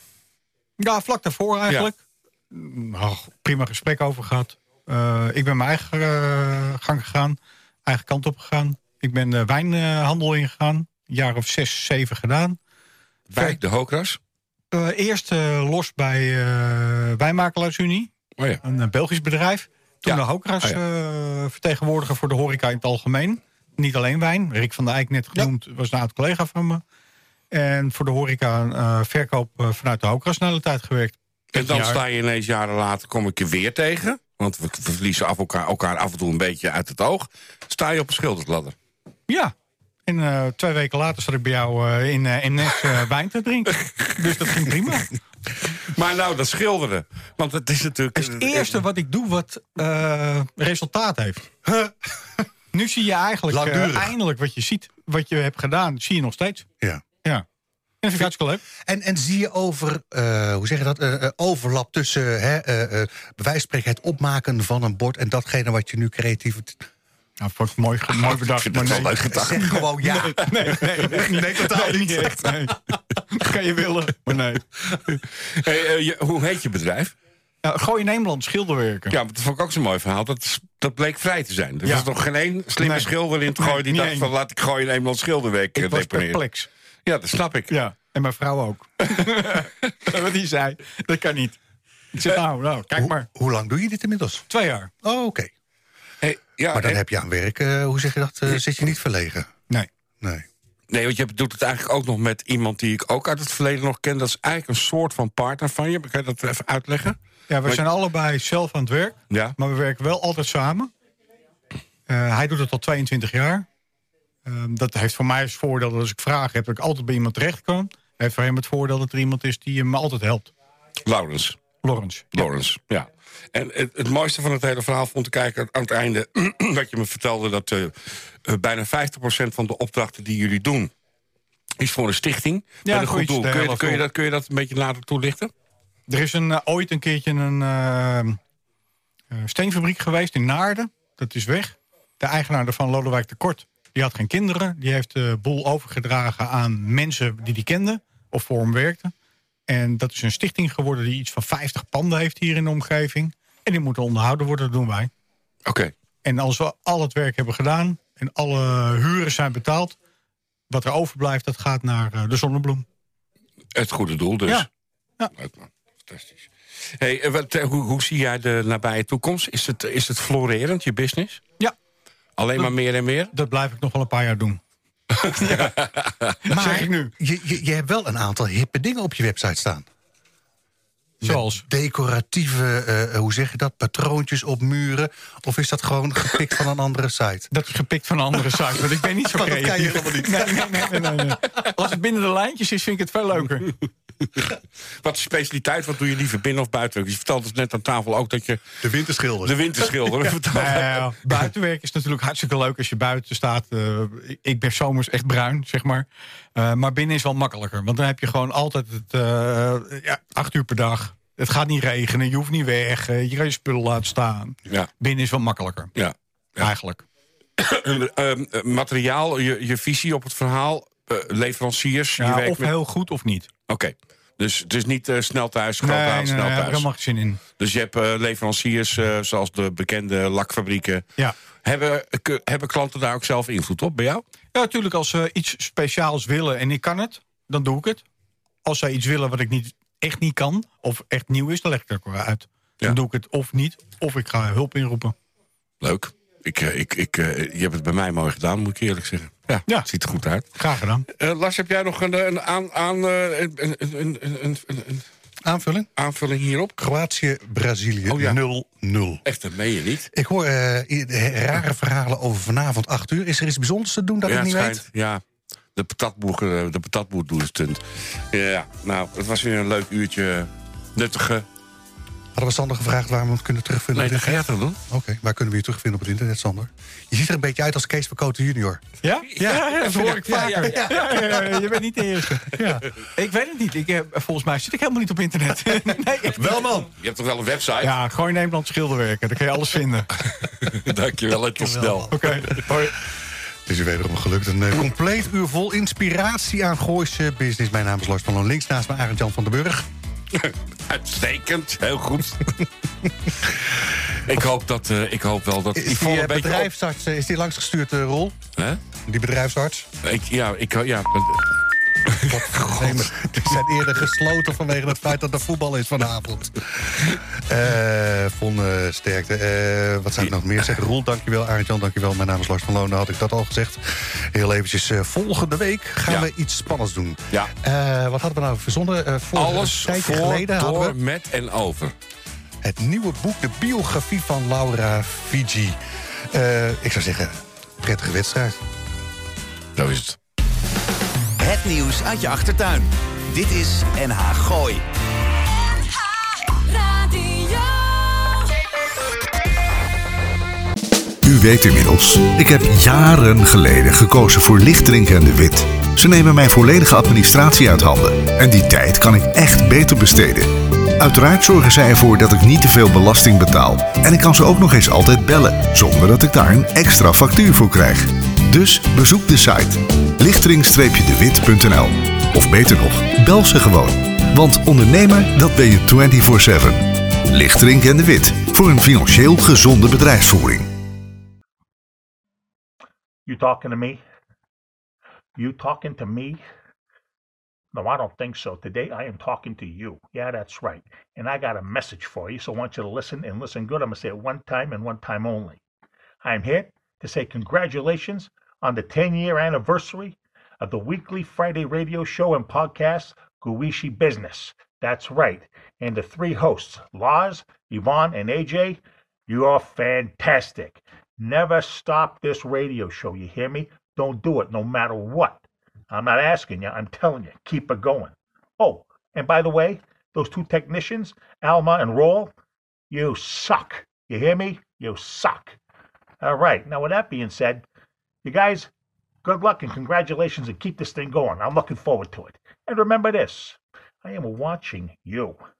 Ja, vlak daarvoor eigenlijk. Nou, prima gesprek over gehad. Eh, ik ben mijn eigen eh, gang gegaan. Eigen kant op gegaan. Ik ben de wijnhandel ingegaan. Een jaar of zes, zeven gedaan. Bij de Hokras. Eh, eerst eh, los bij eh Wijnmakelaarsunie. Oh ja. een eh, Belgisch bedrijf. Toen Ja. de Hokras Ah, ja. eh, vertegenwoordiger voor de horeca in het algemeen. Niet alleen wijn. Rick van der Eyck, net genoemd, was een oud collega van me. En voor de horeca eh, verkoop eh, vanuit de Hokras na de tijd gewerkt. En dan Jaar. sta je ineens jaren later, kom ik je weer tegen. Want we we verliezen af elkaar, elkaar af en toe een beetje uit het oog. Sta je op een schildersladder. Ja. En eh, twee weken later zat ik bij jou eh, in, eh in Nes eh, wijn te drinken. Dus dat ging prima. Maar nou, dat schilderen. Want het is natuurlijk... Het is het eerste wat ik doe wat eh, resultaat heeft. Huh? nu zie je eigenlijk eh, Langdurig. eindelijk wat je ziet. Wat je hebt gedaan, zie je nog steeds. Ja. Ja. En dat vind ik hartstikke leuk. En, en zie je over, eh, hoe zeg je dat, eh, eh, overlap tussen hè, eh eh, bij wijze van spreken het opmaken van een bord en datgene wat je nu creatief... Nou, vond ik mooi, ge- mooi bedacht. vind het wel leuk gedacht. Zeg gewoon ja. Nee, nee, nee, nee, totaal niet echt. Nee. Kan je willen, maar nee. Hey, eh, je- hoe heet je bedrijf? Nou, gooi in Nederland schilderwerken. Ja, want dat vond ik ook zo'n mooi verhaal. Dat, is- dat bleek vrij te zijn. Er Ja. was nog geen één slimme Nee. schilder in het gooien... die Nee, dacht nee. van laat ik gooien in Nederland schilderwerk eh, ik was deponeren. perplex. Ja, dat snap ik. Ja, en mijn vrouw ook. Wat die zei, dat kan niet. Ik Eh, zeg, nou, nou, kijk Hoe, maar. hoe lang doe je dit inmiddels? Twee jaar. Oh, oké. Hey, ja, Maar dan en- heb je aan werk, eh, hoe zeg je dat, eh, zit je niet verlegen? Nee. Nee. Nee, want je doet het eigenlijk ook nog met iemand die ik ook uit het verleden nog ken. Dat is eigenlijk een soort van partner van je. Kan je dat even uitleggen? Ja, we Maar- zijn allebei zelf aan het werk. Ja. Maar we werken wel altijd samen. Eh, hij doet het al 22 jaar. Ehm, dat heeft voor mij als voordeel dat als ik vragen heb... dat ik altijd bij iemand terecht kan. Heeft voor hem het voordeel dat er iemand is die me altijd helpt. Laurens. Lawrence. Lawrence, ja. En het, het mooiste van het hele verhaal vond ik eigenlijk aan het einde... dat je me vertelde dat eh, eh, bijna 50% van de opdrachten die jullie doen... is voor een stichting. met een goed zoiets, doel. de Kun je, helft kun, je op. dat, kun je dat een beetje later toelichten? Er is een, eh, ooit een keertje een eh, eh, steenfabriek geweest in Naarden. Dat is weg. De eigenaar daarvan, Lodewijk de Kort, die had geen kinderen. Die heeft de boel overgedragen aan mensen die die kenden of voor hem werkten. En dat is een stichting geworden die iets van 50 panden heeft hier in de omgeving. En die moeten onderhouden worden, dat doen wij. Oké. En als we al het werk hebben gedaan en alle huren zijn betaald... wat er overblijft, dat gaat naar eh, de zonnebloem. Het goede doel dus. Ja. Ja. Leuk man. Fantastisch. Hey, eh, wat, eh, hoe, hoe zie jij de nabije toekomst? Is het, is het florerend, je business? Ja. Alleen maar meer en meer? Dat blijf ik nog wel een paar jaar doen. Maar zeg ik nu. Je, je, je hebt wel een aantal hippe dingen op je website staan. Zoals? Decoratieve, eh, hoe zeg je dat, patroontjes op muren. Of is dat gewoon gepikt van een andere site? Dat is gepikt van een andere site, want ik ben niet zo Dat kan je creatief. helemaal niet. Nee, nee, nee, nee, nee, nee. Als het binnen de lijntjes is, vind ik het veel leuker. Wat is je specialiteit? Wat doe je liever binnen of buiten? Je vertelde het net aan tafel ook dat je De winterschilder. de winterschilder vertelde. Eh, buitenwerk is natuurlijk hartstikke leuk als je buiten staat. Eh, ik ben zomers echt bruin, zeg maar. Eh, maar binnen is wel makkelijker, want dan heb je gewoon altijd het, eh, ja, acht uur per dag. Het gaat niet regenen, je hoeft niet weg, eh, je kan je spullen laten staan. Ja, Binnen is wel makkelijker, ja. eigenlijk. Eh, eh, eh, materiaal, je, je visie op het verhaal, eh, leveranciers. je Ja, werkt of met- Oké, heel goed of niet. dus het is niet eh, snel thuis, groot nee, aan, nee, snel daar heb ik thuis. helemaal geen zin in. Dus je hebt eh, leveranciers eh, zoals de bekende lakfabrieken. Ja. Hebben, eh, k- hebben klanten daar ook zelf invloed op bij jou? Ja, natuurlijk. Als ze iets speciaals willen en ik kan het, dan doe ik het. Als zij iets willen wat ik niet, echt niet kan, of echt nieuw is, dan leg ik het ook wel uit. Dan Ja. doe ik het of niet, of ik ga hulp inroepen. Leuk. Ik, eh, ik, ik, eh, je hebt het bij mij mooi gedaan, moet ik je eerlijk zeggen. Ja, Ja. het ziet er goed uit. Graag gedaan. Eh, Lars, heb jij nog een, eh, een, aan, aan, eh, een, een, een, een, een- een Aanvulling? aanvulling hierop? Kroatië, Brazilië, Oh ja. 0-0. Echt, dat meen je niet. Ik hoor eh, i- rare verhalen over vanavond 8 uur. Is er iets bijzonders te doen dat ja, ik niet het schijnt. weet? Ja, de patatboer, eh, de patatboer doet het stunt. Ja, nou, het was weer een leuk uurtje eh, nuttige... Hadden we Sander gevraagd waar we hem kunnen terugvinden? Nee, op dat het ga jij internet? toch doen? Oké, waar kunnen we je terugvinden op het internet, Sander? Je ziet er een beetje uit als Kees Verkoten junior. Ja? Ja, dat hoor ik Ja, ja, vaker. Ja, ja, ja, je bent niet de eerste. Ja. Ik weet het niet. Ik, heb- volgens mij zit ik helemaal niet op internet. nee, echt niet. Wel man! Je hebt toch wel een website? Ja, gooi Nederland schilderwerken. Daar kun je alles vinden. Oké, Dankjewel en tot snel. hoi. Het is weer wederom gelukt. Een eh, compleet uur vol inspiratie aan Gooise Business. Mijn naam is Lars van Loon. Links naast me Arend-Jan van den Burg. Uitstekend, heel goed. ik, hoop dat, eh, ik hoop wel dat Is die Yvonne eh, een beetje... bedrijfsarts eh, is die langsgestuurd, eh, Rol? op- Hè? Die bedrijfsarts? Ik, ja, ik, ja, Oh, Nee, maar Die zijn eerder gesloten vanwege het feit dat er voetbal is vanavond. Eh Von eh, Sterkte. eh, wat zou ik nog meer zeggen? Roel, dankjewel. Arend-Jan, dankjewel. Mijn naam is Lars van Loon. Had ik dat al gezegd. Heel eventjes. eh, volgende week gaan Ja. we iets spannends doen. Ja. Eh, wat hadden we nou verzonnen? Eh, voor, alles een tijdje voor, geleden hadden we door, met en over. het nieuwe boek, de biografie van Laura Fiji. Eh, ik zou zeggen, prettige wedstrijd. Zo is het. Het nieuws uit je achtertuin. Dit is NH Gooi. U weet inmiddels, ik heb jaren geleden gekozen voor Lichtdrink en de Wit. Ze nemen mijn volledige administratie uit handen en die tijd kan ik echt beter besteden. Uiteraard zorgen zij ervoor dat ik niet te veel belasting betaal en ik kan ze ook nog eens altijd bellen zonder dat ik daar een extra factuur voor krijg. Dus bezoek de site lichtering-dewit.nl of beter nog, bel ze gewoon. Want ondernemer, dat ben je 24/7. Lichtdrink en de Wit voor een financieel gezonde bedrijfsvoering. You talking to me? You talking to me? No, I don't think so. Today I am talking to you. Yeah, that's right. And I got a message for you, so I want you to listen and listen good. I'm going to say it one time and one time only. I'm here to say congratulations on the 10 year anniversary of the weekly Friday radio show and podcast, Guishi Business. That's right. And the three hosts, Lars, Yvonne, and AJ, you are fantastic. Never stop this radio show. You hear me? Don't do it no matter what. I'm not asking you, I'm telling you, keep it going. Oh, and by the way, those two technicians, Alma and Roll, you suck. You hear me? You suck. All right. Now, with that being said, you guys, good luck and congratulations and keep this thing going. I'm looking forward to it. And remember this I am watching you.